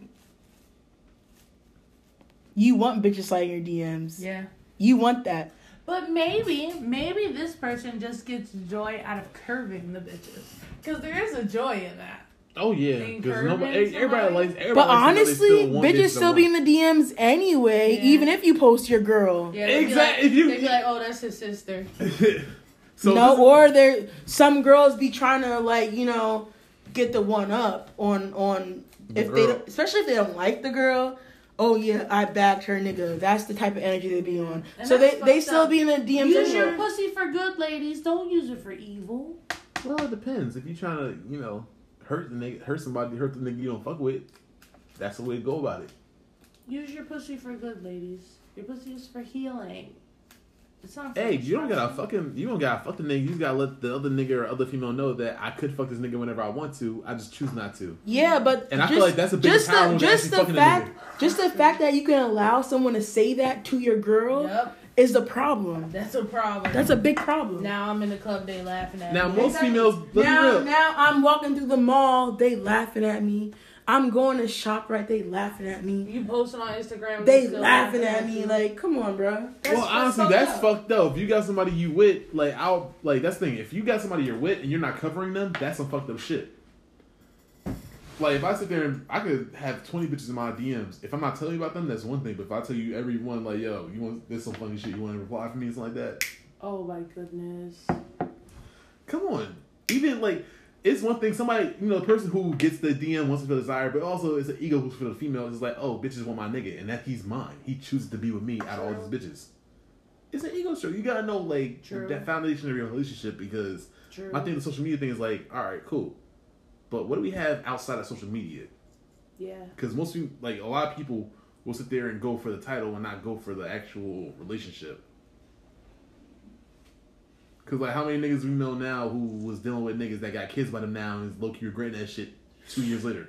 you want bitches sliding your DMs. Yeah. You want that. But maybe, maybe this person just gets joy out of curving the bitches. Because there is a joy in that. Oh yeah, because Encouraging nobody, everybody somebody. likes. Everybody But likes to know they honestly, still want bitches to still be in the DMs anyway, Yeah. even if you post your girl. Yeah, they'd be Exact- Like, if you- they'd be like, oh, that's his sister. want. (laughs) so no, this- or there some girls be trying to like, you know, get the one up on on The if they girl. don't, especially if they don't like the girl. Oh yeah, I backed her nigga. That's the type of energy they be on. And so that's they they fucked still up. be in the DMs Use your anyway. pussy for good, ladies. Don't use it for evil. well, it depends. If you're trying to, you know, hurt the nigga, hurt somebody, hurt the nigga you don't fuck with, that's the way to go about it. Use your pussy for good, ladies. Your pussy is for healing. It's not. for Hey, you don't gotta destruction. fucking, you don't gotta fuck the nigga. You just gotta let the other nigga or other female know that I could fuck this nigga whenever I want to. I just choose not to. Yeah, but And I feel like that's a big just power the move, just actually the fucking a fact just the fact that you can allow someone to say that to your girl Yep, is the problem. that's a problem. That's a big problem. now I'm in the club. They laughing at Now me. most Exactly. females, let's be Now, real. now I'm walking through the mall. They laughing at me. I'm going to shop right. They laughing at me. you posting on Instagram. They you still laughing at me. you. Like, come on, bro. well, honestly, that's fucked up. If you got somebody you with, like I'll like that's the thing. If you got somebody you're with and you're not covering them, that's some fucked up shit. Like if I sit there and I could have twenty bitches in my DMs. If I'm not telling you about them, that's one thing. But if I tell you every one, like yo, you want this some funny shit, you want to reply for me, something like that. oh my goodness. Come on, even like. It's one thing somebody, you know, the person who gets the DM wants to feel desired, but also it's an ego boost for the female. It's like, oh, bitches want my nigga, and that he's mine. He chooses to be with me out of all these bitches. It's an ego show. You gotta know like True. that foundation of your relationship because True. my thing with the social media thing is like, all right, cool, but what do we have outside of social media? Yeah. Because most people, like a lot of people, will sit there and go for the title and not go for the actual relationship. Cause like how many niggas we know now who was dealing with niggas that got kids by them now and is low key regretting that shit two years later.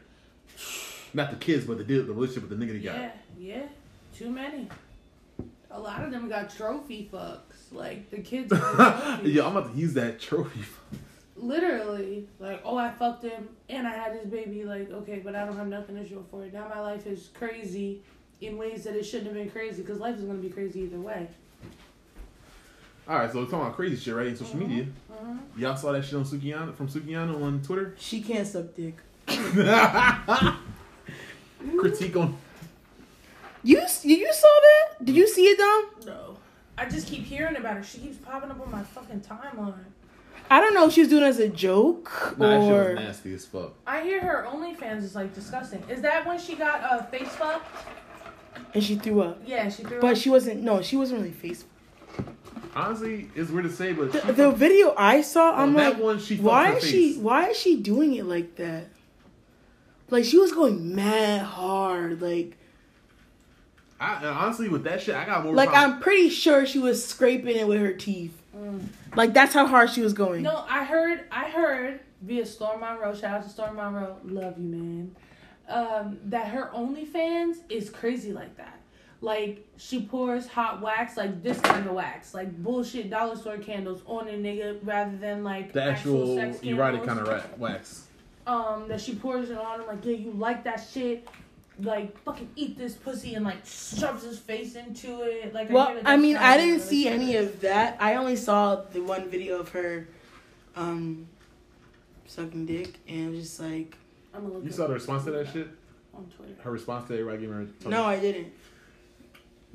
Not the kids, but the deal, the relationship with the nigga they got. Yeah. Yeah. Too many. A lot of them got trophy fucks. Like (laughs) the kids. got trophies. Yo, I'm about to use that trophy. (laughs) literally like oh i fucked him and i had this baby like okay but i don't have nothing to show for it now my life is crazy in ways that it shouldn't have been crazy because life is going to be crazy either way All right, so we're talking about crazy shit, right? In social media, Mhm. y'all saw that shit on Sukiana from Sukiana on Twitter. (laughs) She can't suck dick. Critique on. You s- you saw that? Did you see it, Dom? no i just keep hearing about her she keeps popping up on my fucking timeline I don't know if she was doing it as a joke Nah, that shit was or nasty as fuck. i hear her onlyfans is like disgusting is that when she got uh, face fucked and she threw up. yeah she threw But up. she wasn't. No, she wasn't really Facebook. Honestly, it's weird to say, but The, she- the video I saw, on I'm that like, one she fucked why her is face. she? Why is she doing it like that? Like she was going mad hard. Like I, and honestly, with that shit, I got more. like problem- I'm pretty sure she was scraping it with her teeth. Like that's how hard she was going. No, I heard, I heard via Storm Monroe, shout out to Storm Monroe, love you, man, um, that her OnlyFans is crazy like that. Like, she pours hot wax, like this kind of wax, like bullshit dollar store candles on a nigga rather than like the actual, sex erotic kind candles. of rat, wax. Um, that she pours it on. I'm like, yeah, you like that shit. Like fucking eat this pussy and like shoves his face into it. Like hear Well, that I that's mean, kinda I didn't really see shit. any of that. I only saw the one video of her, um, sucking dick, and I'm just like, I'm gonna look You it saw up the response to that shit. on Twitter. Her response to everybody giving her. no, I didn't.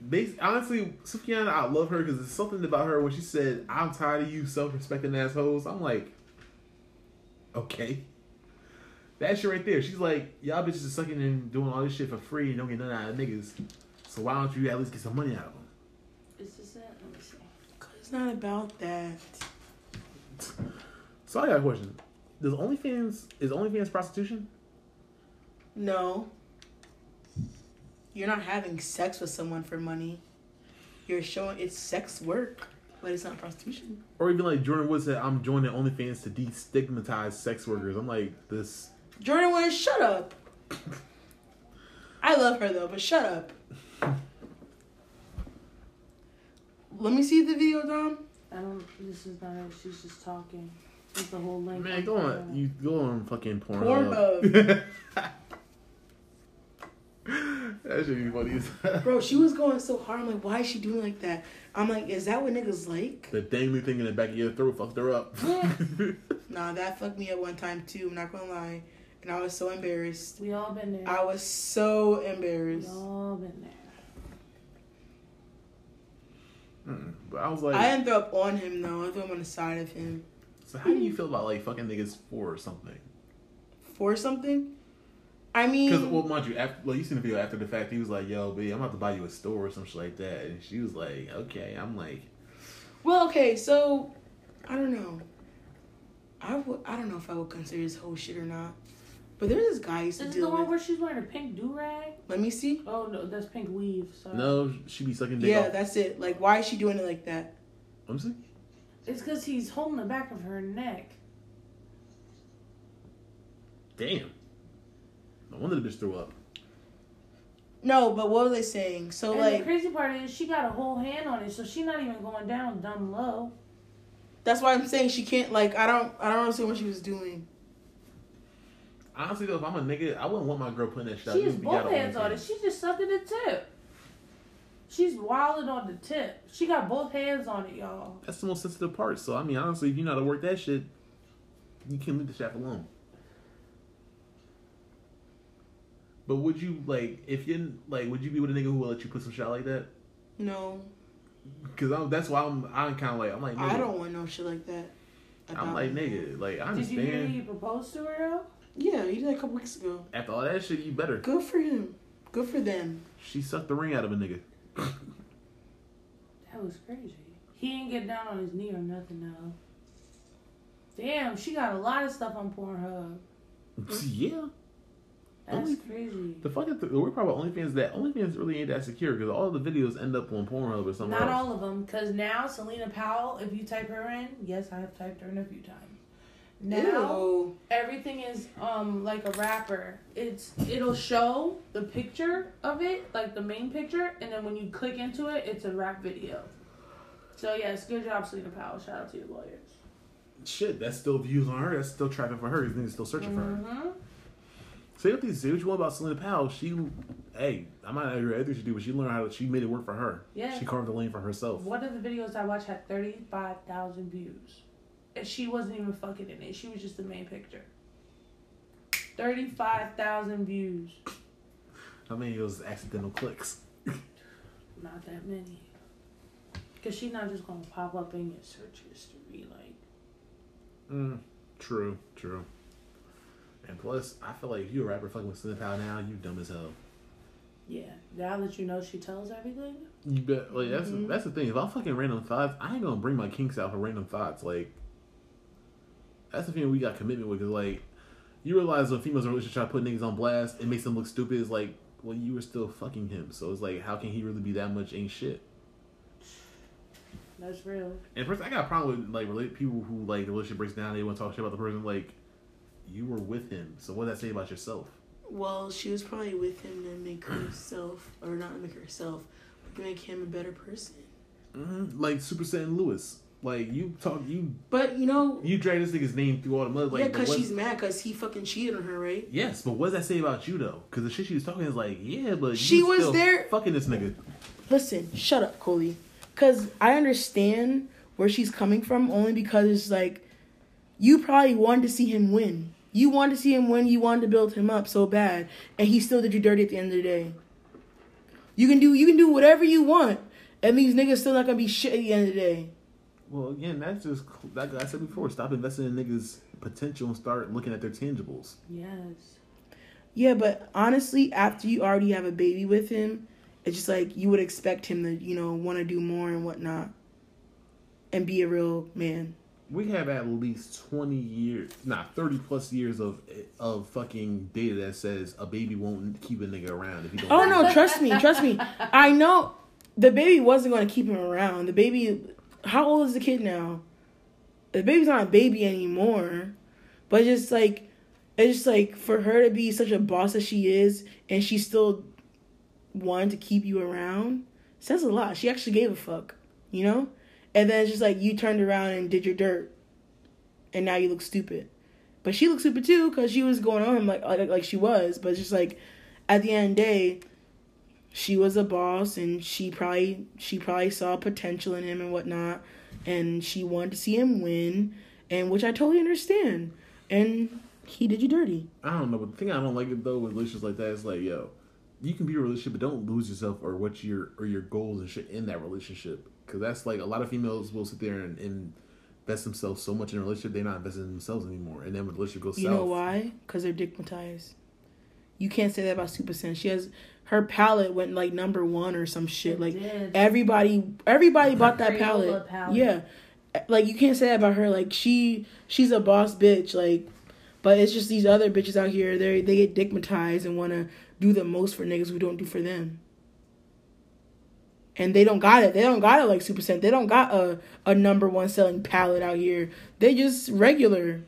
They honestly, Sufjan, I love her because there's something about her when she said, "I'm tired of you self-respecting assholes." I'm like, okay, that shit right there. She's like, y'all bitches are sucking and doing all this shit for free and don't get none out of niggas. So why don't you at least get some money out of them? Is this it? Let me see. Cause it's not about that. So I got a question: Does OnlyFans is OnlyFans prostitution? No. You're not having sex with someone for money. You're showing it's sex work, but it's not prostitution. Or even like Jordan Wood said, I'm joining OnlyFans to destigmatize sex workers. I'm like, this. Jordan wants shut up. I love her though, but shut up. Let me see the video, Dom. I don't. This is not it. She's just talking. It's the whole link. Man, go on, you go on fucking porn. uh, Pornhub. (laughs) that should be funny. as (laughs) hell. Bro, she was going so hard. I'm like, why is she doing like that? I'm like, is that what niggas like? The dangly thing in the back of your throat fucked her up. (laughs) Nah, that fucked me up one time too. I'm not gonna lie, and I was so embarrassed. We all been there. I was so we embarrassed. all been there. Mm. but I was like, I didn't throw up on him though. I threw him on the side of him so how do you feel about like fucking niggas for something? for something. I Because mean, well, mind you, after like you seen the video after the fact, he was like, "Yo, B, I'm about to buy you a store or some shit like that," and she was like, "Okay." I'm like, well, okay, so I don't know. I would. I don't know if I would consider this whole shit or not. But there's this guy I used Is to it the deal one with. where she's wearing a pink do rag? Let me see. Oh no, that's pink weave. Sorry. "No, she be sucking dick Yeah, off." that's it. Like, why is she doing it like that? I'm just like, It's because he's holding the back of her neck. "Damn." No wonder the bitch threw up. No, but what were they saying? So and the like, crazy part is she got a whole hand on it, so she's not even going down dumb low. that's why I'm saying she can't. Like, I don't. I don't understand what she was doing. Honestly though, if I'm a nigga, I wouldn't want my girl putting that shit. out. She You has be out both hands on it. OnlyFans. She just sucked at the tip. She's wilding on the tip. She got both hands on it, y'all. That's the most sensitive part. So I mean, honestly, if you know how to work that shit, you can leave the shaft alone. But would you like if you like? Would you be with a nigga who will let you put some shit out like that? No, Because I'm, that's why I'm. I'm kind of like I'm like nigga. I don't want no shit like that. I'm like nigga. Like I Did you hear understand. you proposed to her though? Yeah, he did that a couple weeks ago. After all that shit, you better. Good for him. Good for them. She sucked the ring out of a nigga. (laughs) That was crazy. He didn't get down on his knee or nothing though. Damn, she got a lot of stuff on Pornhub. yeah. That's Only- crazy. The fucking th- the weird part about OnlyFans is that OnlyFans really ain't that secure because all the videos end up on Pornhub or somewhere Not else. all of them, because now Selena Powell, if you type her in, yes, I have typed her in a few times. Now Ew. everything is um like a wrapper. It's it'll show the picture of it, like the main picture, and then when you click into it, it's a rap video. So yes, good job, Selena Powell. Shout out to your lawyers. Shit, that's still views on her. That's still traffic for her. These niggas still searching for her. Mm-hmm. Say what you say what you want about Selena Powell. She, hey, I might not agree with everything she do, but she learned how to. She made it work for her. Yeah. She carved a lane for herself. One of the videos I watched had thirty five thousand views, and she wasn't even fucking in it. She was just the main picture. Thirty five thousand views. I mean, it was accidental clicks. Not that many. Cause she's not just gonna pop up in your search history, like Mm, true, true. And plus, I feel like if you a rapper fucking with Selena Powell now, you dumb as hell. yeah. Now that you know she tells everything, You bet. Like that's Mhm. that's the thing. If I'm fucking random thoughts, I ain't gonna bring my kinks out for random thoughts. Like that's the thing we got commitment with. Cause like you realize when females are really trying to put niggas on blast, it makes them look stupid. It's like, well, you were still fucking him, so it's like, how can he really be that much ain't shit? That's real. And first, I got a problem with like relate people who like the relationship breaks down. They want to talk shit about the person. Like, you were with him, so what does that say about yourself? Well, she was probably with him to make herself, or not make herself, but to make him a better person. Mm-hmm. Like Super Saiyan Lewis. Like you talk, you But you know, you drag this nigga's name through all the mud. Like, yeah, but because what- she's mad because he fucking cheated on her, right? Yes, but what does that say about you though? Because the shit she was talking is like, yeah, but you She was still there- fucking this nigga. Listen, shut up, Coley. Because I understand where she's coming from only because it's like, you probably wanted to see him win. You wanted to see him win. You wanted to build him up so bad, and he still did you dirty at the end of the day. You can do you can do whatever you want, and these niggas still not gonna be shit at the end of the day. Well, again, that's just like I said before. Stop investing in niggas' potential and start looking at their tangibles. Yes. Yeah, but honestly, after you already have a baby with him, it's just like you would expect him to, you know, want to do more and whatnot, and be a real man. We have at least twenty years, nah, thirty plus years of of fucking data that says a baby won't keep a nigga around if you don't. Oh no, trust me, trust me. I know the baby wasn't going to keep him around. The baby, how old is the kid now? The baby's not a baby anymore, but it's just like it's just like for her to be such a boss as she is, and she still wanted to keep you around says a lot. She actually gave a fuck, you know. And then it's just like you turned around and did your dirt, and now you look stupid. But she looked stupid too because she was going on him like, like like she was. But it's just like at the end of the day, she was a boss and she probably she probably saw potential in him and whatnot and she wanted to see him win and which I totally understand. And he did you dirty. I don't know, but the thing I don't like it though with relationships like that is like, yo, you can be in a relationship, but don't lose yourself or what your or your goals and shit in that relationship. Because that's like a lot of females will sit there and, and invest themselves so much in a relationship, they're not investing in themselves anymore. And then when the relationship goes You south, know why? Because they're digmatized. You can't say that about Super Sen. She has her palette went like number one or some shit. It Like did. everybody, everybody bought that Crayola palette. palette. Yeah, like you can't say that about her. Like she, she's a boss bitch. Like, but it's just these other bitches out here. They they get digmatized and want to do the most for niggas who don't do for them. And they don't got it. They don't got it like Super Sen. They don't got a a number one selling palette out here. They just regular.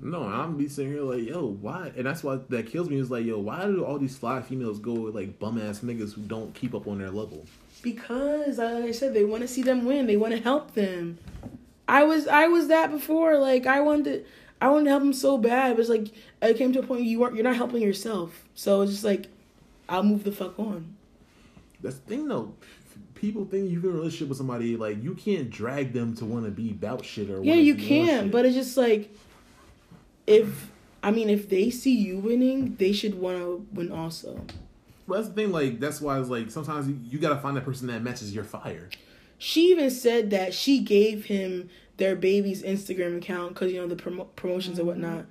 No, I'm be sitting here like, yo, why? And that's why that kills me is like, yo, why do all these fly females go with like bum ass niggas who don't keep up on their level? Because like I said, they want to see them win. They want to help them. I was I was that before. Like I wanted I wanted to help them so bad. It was like I came to a point you weren't you're not helping yourself. So it's just like I'll move the fuck on. That's the thing though. People think you're in a relationship with somebody, like you can't drag them to want to be about shit or Yeah, wanna you be on can, shit. but it's just like if I mean if they see you winning, they should want to win also. Well, that's the thing. Like that's why it's like sometimes you, you gotta find that person that matches your fire. She even said that she gave him their baby's Instagram account because you know the promo- promotions and whatnot.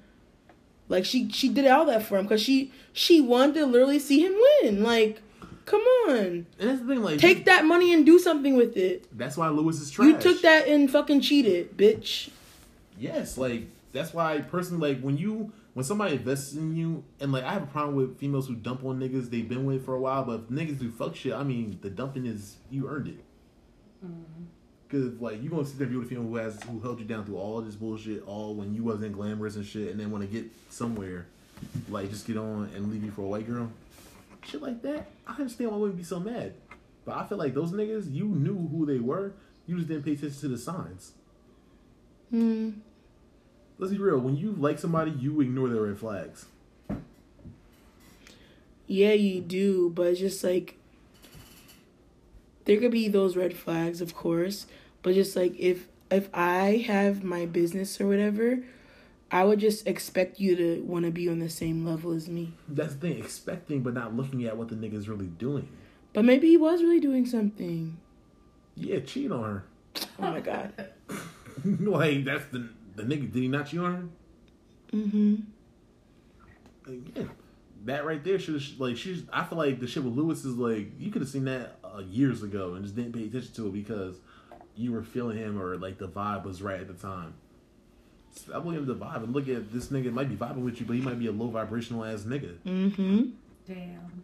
Like she she did all that for him because she she wanted to literally see him win. Like, come on, And that's the thing. Like take that money and do something with it. That's why Lewis is trash. You took that and fucking cheated, bitch. Yes, like that's why personally, like when you when somebody invests in you, and like I have a problem with females who dump on niggas they've been with for a while, but if niggas do fuck shit, I mean the dumping is you earned it. Cause like you gonna sit there and be with a female who has who held you down through all this bullshit, all when you wasn't glamorous and shit, and then want to get somewhere, like just get on and leave you for a white girl, shit like that. I understand why women be so mad, but I feel like those niggas you knew who they were, you just didn't pay attention to the signs Hmm. let's be real. When you like somebody, you ignore their red flags. Yeah, you do, but it's just like there could be those red flags, of course, but just like if if I have my business or whatever, I would just expect you to want to be on the same level as me. That's the thing, expecting but not looking at what the nigga's really doing. But maybe he was really doing something. Yeah, cheat on her. (laughs) Oh my god. like that's the the nigga. Did he not cheat on her? Mhm. Again, that right there should like she's. I feel like the shit with Lewis is like you could have seen that uh, years ago and just didn't pay attention to it because you were feeling him or like the vibe was right at the time. I want him to vibe and look at this nigga might be vibing with you, but he might be a low vibrational ass nigga. Mm-hmm. Damn.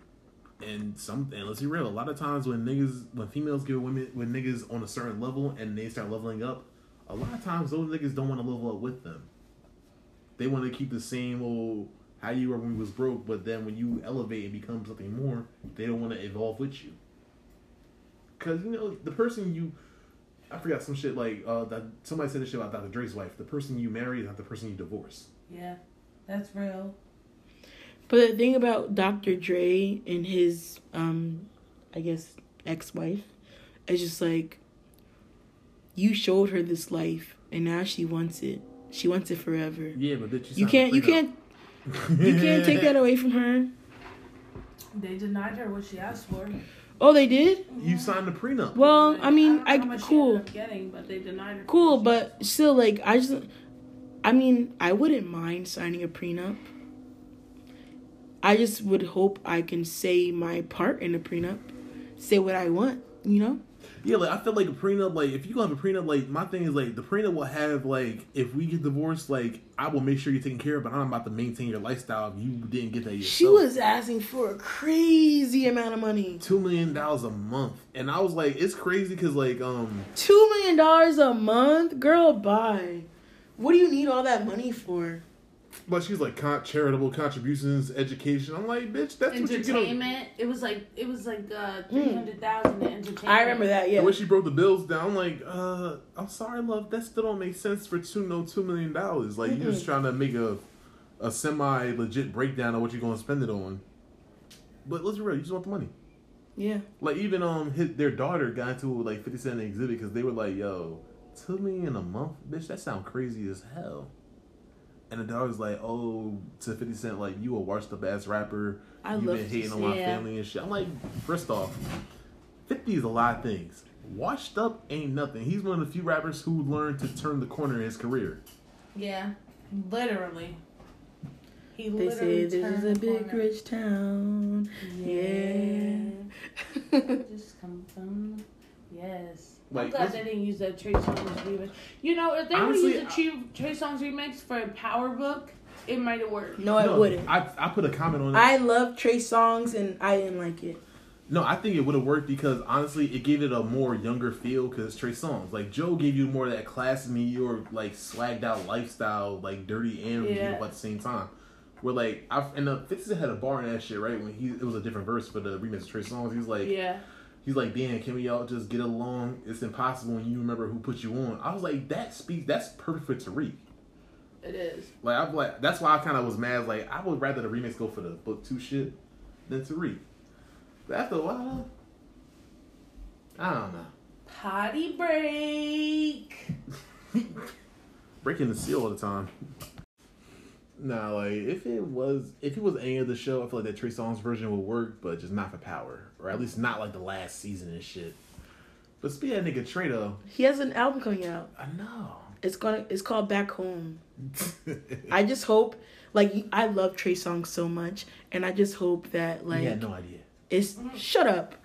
And some and let's be real, a lot of times when niggas when females get women when niggas on a certain level and they start leveling up, a lot of times those niggas don't want to level up with them. They want to keep the same old how you were when you was broke, but then when you elevate and become something more, they don't want to evolve with you. Cause you know the person you, I forgot some shit like uh that somebody said this shit about Dr. Dre's wife. The person you marry is not the person you divorce. Yeah. That's real. But the thing about Dr. Dre and his, um, I guess, ex wife, it's just like, you showed her this life, and now she wants it. She wants it forever. Yeah, but bitch, You can't, you can't, you can't (laughs) take that away from her. They denied her what she asked for. Oh, they did. You signed the prenup. Well, I mean, don't know I, how much she cool, ended up getting, but they denied her. cool, but still, like, I just, I mean, I wouldn't mind signing a prenup. I just would hope I can say my part in a prenup, say what I want, you know. Yeah, like I feel like a prenup. Like if you gonna have a prenup, like my thing is like the prenup will have like if we get divorced, like I will make sure you're taken care of, but I'm about to maintain your lifestyle. If you didn't get that yourself. She was asking for a crazy amount of money. two million dollars a month, and I was like, it's crazy because like um Two million dollars a month? Girl, bye. What do you need all that money for? But she's like con- charitable contributions, education. I'm like, bitch, that's what you get. On- Entertainment. It was like it was like uh three hundred thousand in entertainment. Hmm. I remember that, the yeah. way she broke the bills down, I'm like, uh, I'm sorry, love, that still don't make sense for two no two million dollars. Like you're just trying to make a a semi legit breakdown of what you're gonna spend it on. But let's be real, you just want the money. Yeah. Like even um, his, their daughter got into like Fifty Cent exhibit because they were like, "Yo, two million a month, bitch, that sound crazy as hell." And the daughter's like, "Oh, to Fifty Cent, like you a washed up ass rapper. I You've love been to hating see- on my yeah. family and shit." I'm like, first off, Fifty is a lot of things. Washed up ain't nothing. He's one of the few rappers who learned to turn the corner in his career. Yeah. Literally. He They literally say this is turned a the big corner. rich town. Yeah. (laughs) (laughs) Just come from. Yes. Like, I'm glad this- they didn't use that Trey Songz remix. You know, if they would have Honestly, used a Trey, Trey Songz remix for a Power Book, it might have worked. no, I No, wouldn't. I, I put a comment on it. I love Trey songs and I didn't like it. No, I think it would have worked because honestly, it gave it a more younger feel because Trey Songz, like Joe, gave you more of that class New York, like swagged out lifestyle, like dirty and Yeah. beautiful at the same time. Where like I and the Fifty Cent had a bar in that shit right when he it was a different verse for the remix of Trey Songz. He was like, Yeah. he's like, damn, can we all just get along? It's impossible when you remember who put you on. I was like, that speaks. That's perfect for Tariq. It is. Like I'm like that's why I kind of was mad. Like I would rather the remix go for the book two shit than Tariq. But after a while, I don't know. Potty break. Breaking the seal all the time. Nah, like if it was if it was any of the show, I feel like that Trey Songz version would work, but just not for power, or at least not like the last season and shit. But speak of that nigga Trey though, He has an album coming out. I know. (laughs) It's gonna it's called Back Home. I just hope like I love Trey Songz so much and I just hope that like he had no idea. It's shut up.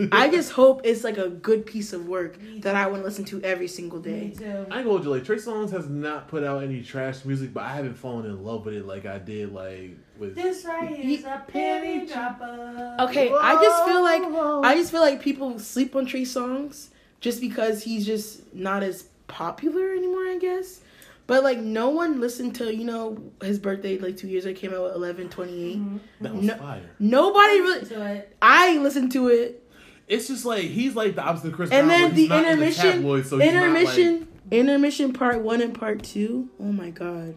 (laughs) I just hope it's like a good piece of work that I want to listen to every single day. too. I ain't gonna hold you, like Trey Songz has not put out any trash music, but I haven't fallen in love with it like I did like with This right here is a penny dropper. Okay, I just feel like I just feel like people sleep on Trey songs just because he's just not as popular anymore, I guess. But like no one listened to, you know, his birthday like 2 years ago came out with 1128. Mm-hmm. That was No. fire. Nobody really To it. I listened to it. It's just like he's like the opposite of Chris. Brown, And then where he's the not in intermission, tabloids, so he's not, like- intermission, intermission part 1 and part 2. Oh my god.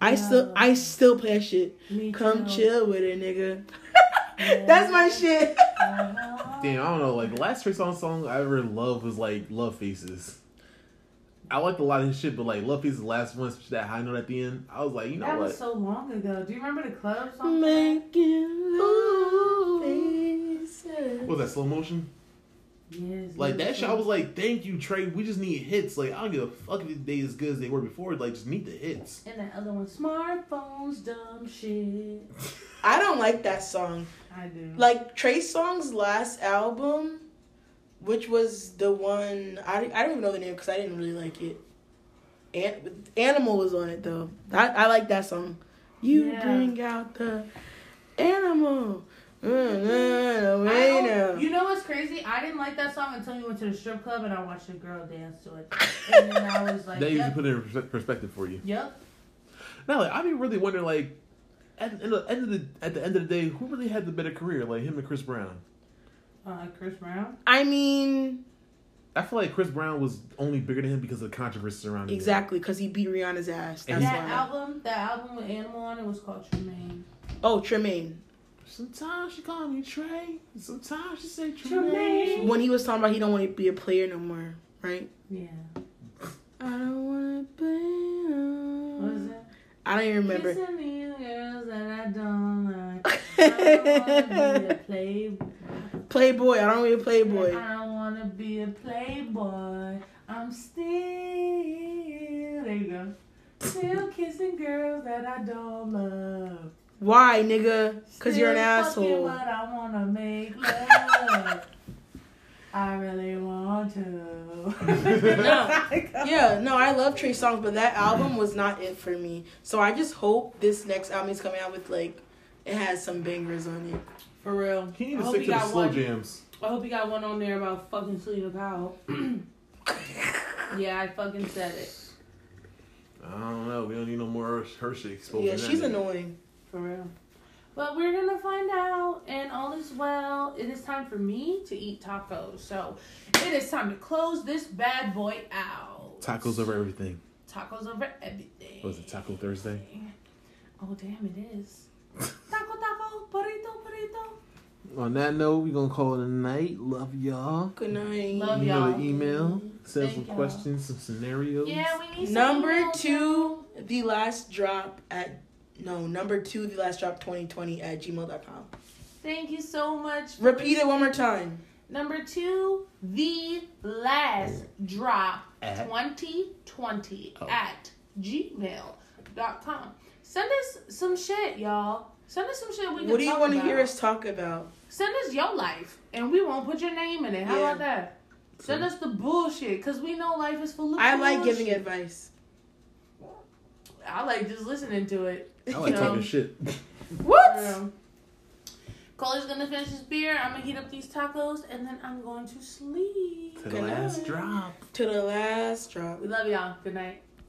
I still No. I still play that shit. Me Come too. chill with it, nigga. (laughs) That's my shit. Uh-huh. Damn, I don't know. Like the last Trey Songz song I ever loved was like Love Faces. I liked a lot of his shit, but like Love Faces, the last one, especially that high note at the end, I was like, you know That what? was so long ago. Do you remember the club song? Making love what was that slow motion? Yes. Like that yes, shit, I was like, thank you, Trey. We just need hits. Like I don't give a fuck if they as good as they were before. Like just need the hits. And that other one, smartphones, dumb shit. I don't like that song. I do. Like Trey Songz's last album, which was the one I, I don't even know the name because I didn't really like it. An- Animal was on it though. I, I like that song. You Yeah. bring out the animal. I don't- Mm-hmm. you know what's crazy? I didn't like that song until we went to the strip club and I watched a girl dance to it. (laughs) And then I was like, That usually yep, put it in pers- perspective for you. yep. Now, like, I've been really wondering, like, at, at the end of the at the end of the day, who really had the better career, like him and Chris Brown? Uh, Chris Brown. I mean, I feel like Chris Brown was only bigger than him because of the controversy surrounding him. exactly, because he beat Rihanna's ass. And he's- That's that why. album, that album with Animal on it was called Tremaine. oh, Tremaine. Sometimes she call me Trey. Sometimes she say Tremaine. Trey. When he was talking about he don't want to be a player no more, right? Yeah. I don't want to play. no What was more. it? I don't even remember. Kissing these girls that I don't like. I don't wanna be a playboy. (laughs) Playboy. I don't want to be a playboy. I don't wanna be a playboy. I'm still there you go. Still kissing girls that I don't love. Why, nigga? Because you're an Still fucking asshole. But I wanna (laughs) make love. I really want to. (laughs) Yeah, no, (laughs) I love Trey songs, but that album was not it for me. So I just hope this next album is coming out with like it has some bangers on it. For real. He need I to hope stick he to the got slow one. jams. I hope you got one on there about fucking Selena Powell. (clears throat) yeah, I fucking said it. I don't know. We don't need no more Hershey exposure. yeah, she's annoying. For real. But we're gonna find out, and all is well. It is time for me to eat tacos, so it is time to close this bad boy out. Tacos over everything. Tacos over everything. What was it, Taco Thursday? Oh damn, it (laughs) is. Taco, taco, burrito, burrito. On that note, we're gonna call it a night. Love y'all. Good night. Love you know y'all. the email. Send Thank some y'all. questions, some scenarios. Yeah, we need some Number emails two, the last drop at no, number two, the last drop 2020 at gmail.com. now. Thank you so much. for Repeat it one more time. Number two, the last drop At? 2020 Oh. at gmail.com. Send us some shit, y'all. Send us some shit we can What do you talk want to about. hear us talk about? Send us your life, and we won't put your name in it. How Yeah. about that? Send us the bullshit, cause we know life is full of. I like bullshit. giving advice. I like just listening to it. Oh, I (laughs) like No. talking shit. (laughs) What? Um, Coley's gonna finish his beer. I'm gonna heat up these tacos, and then I'm going to sleep. To the Good last night. drop. To the last drop. We love y'all. Good night.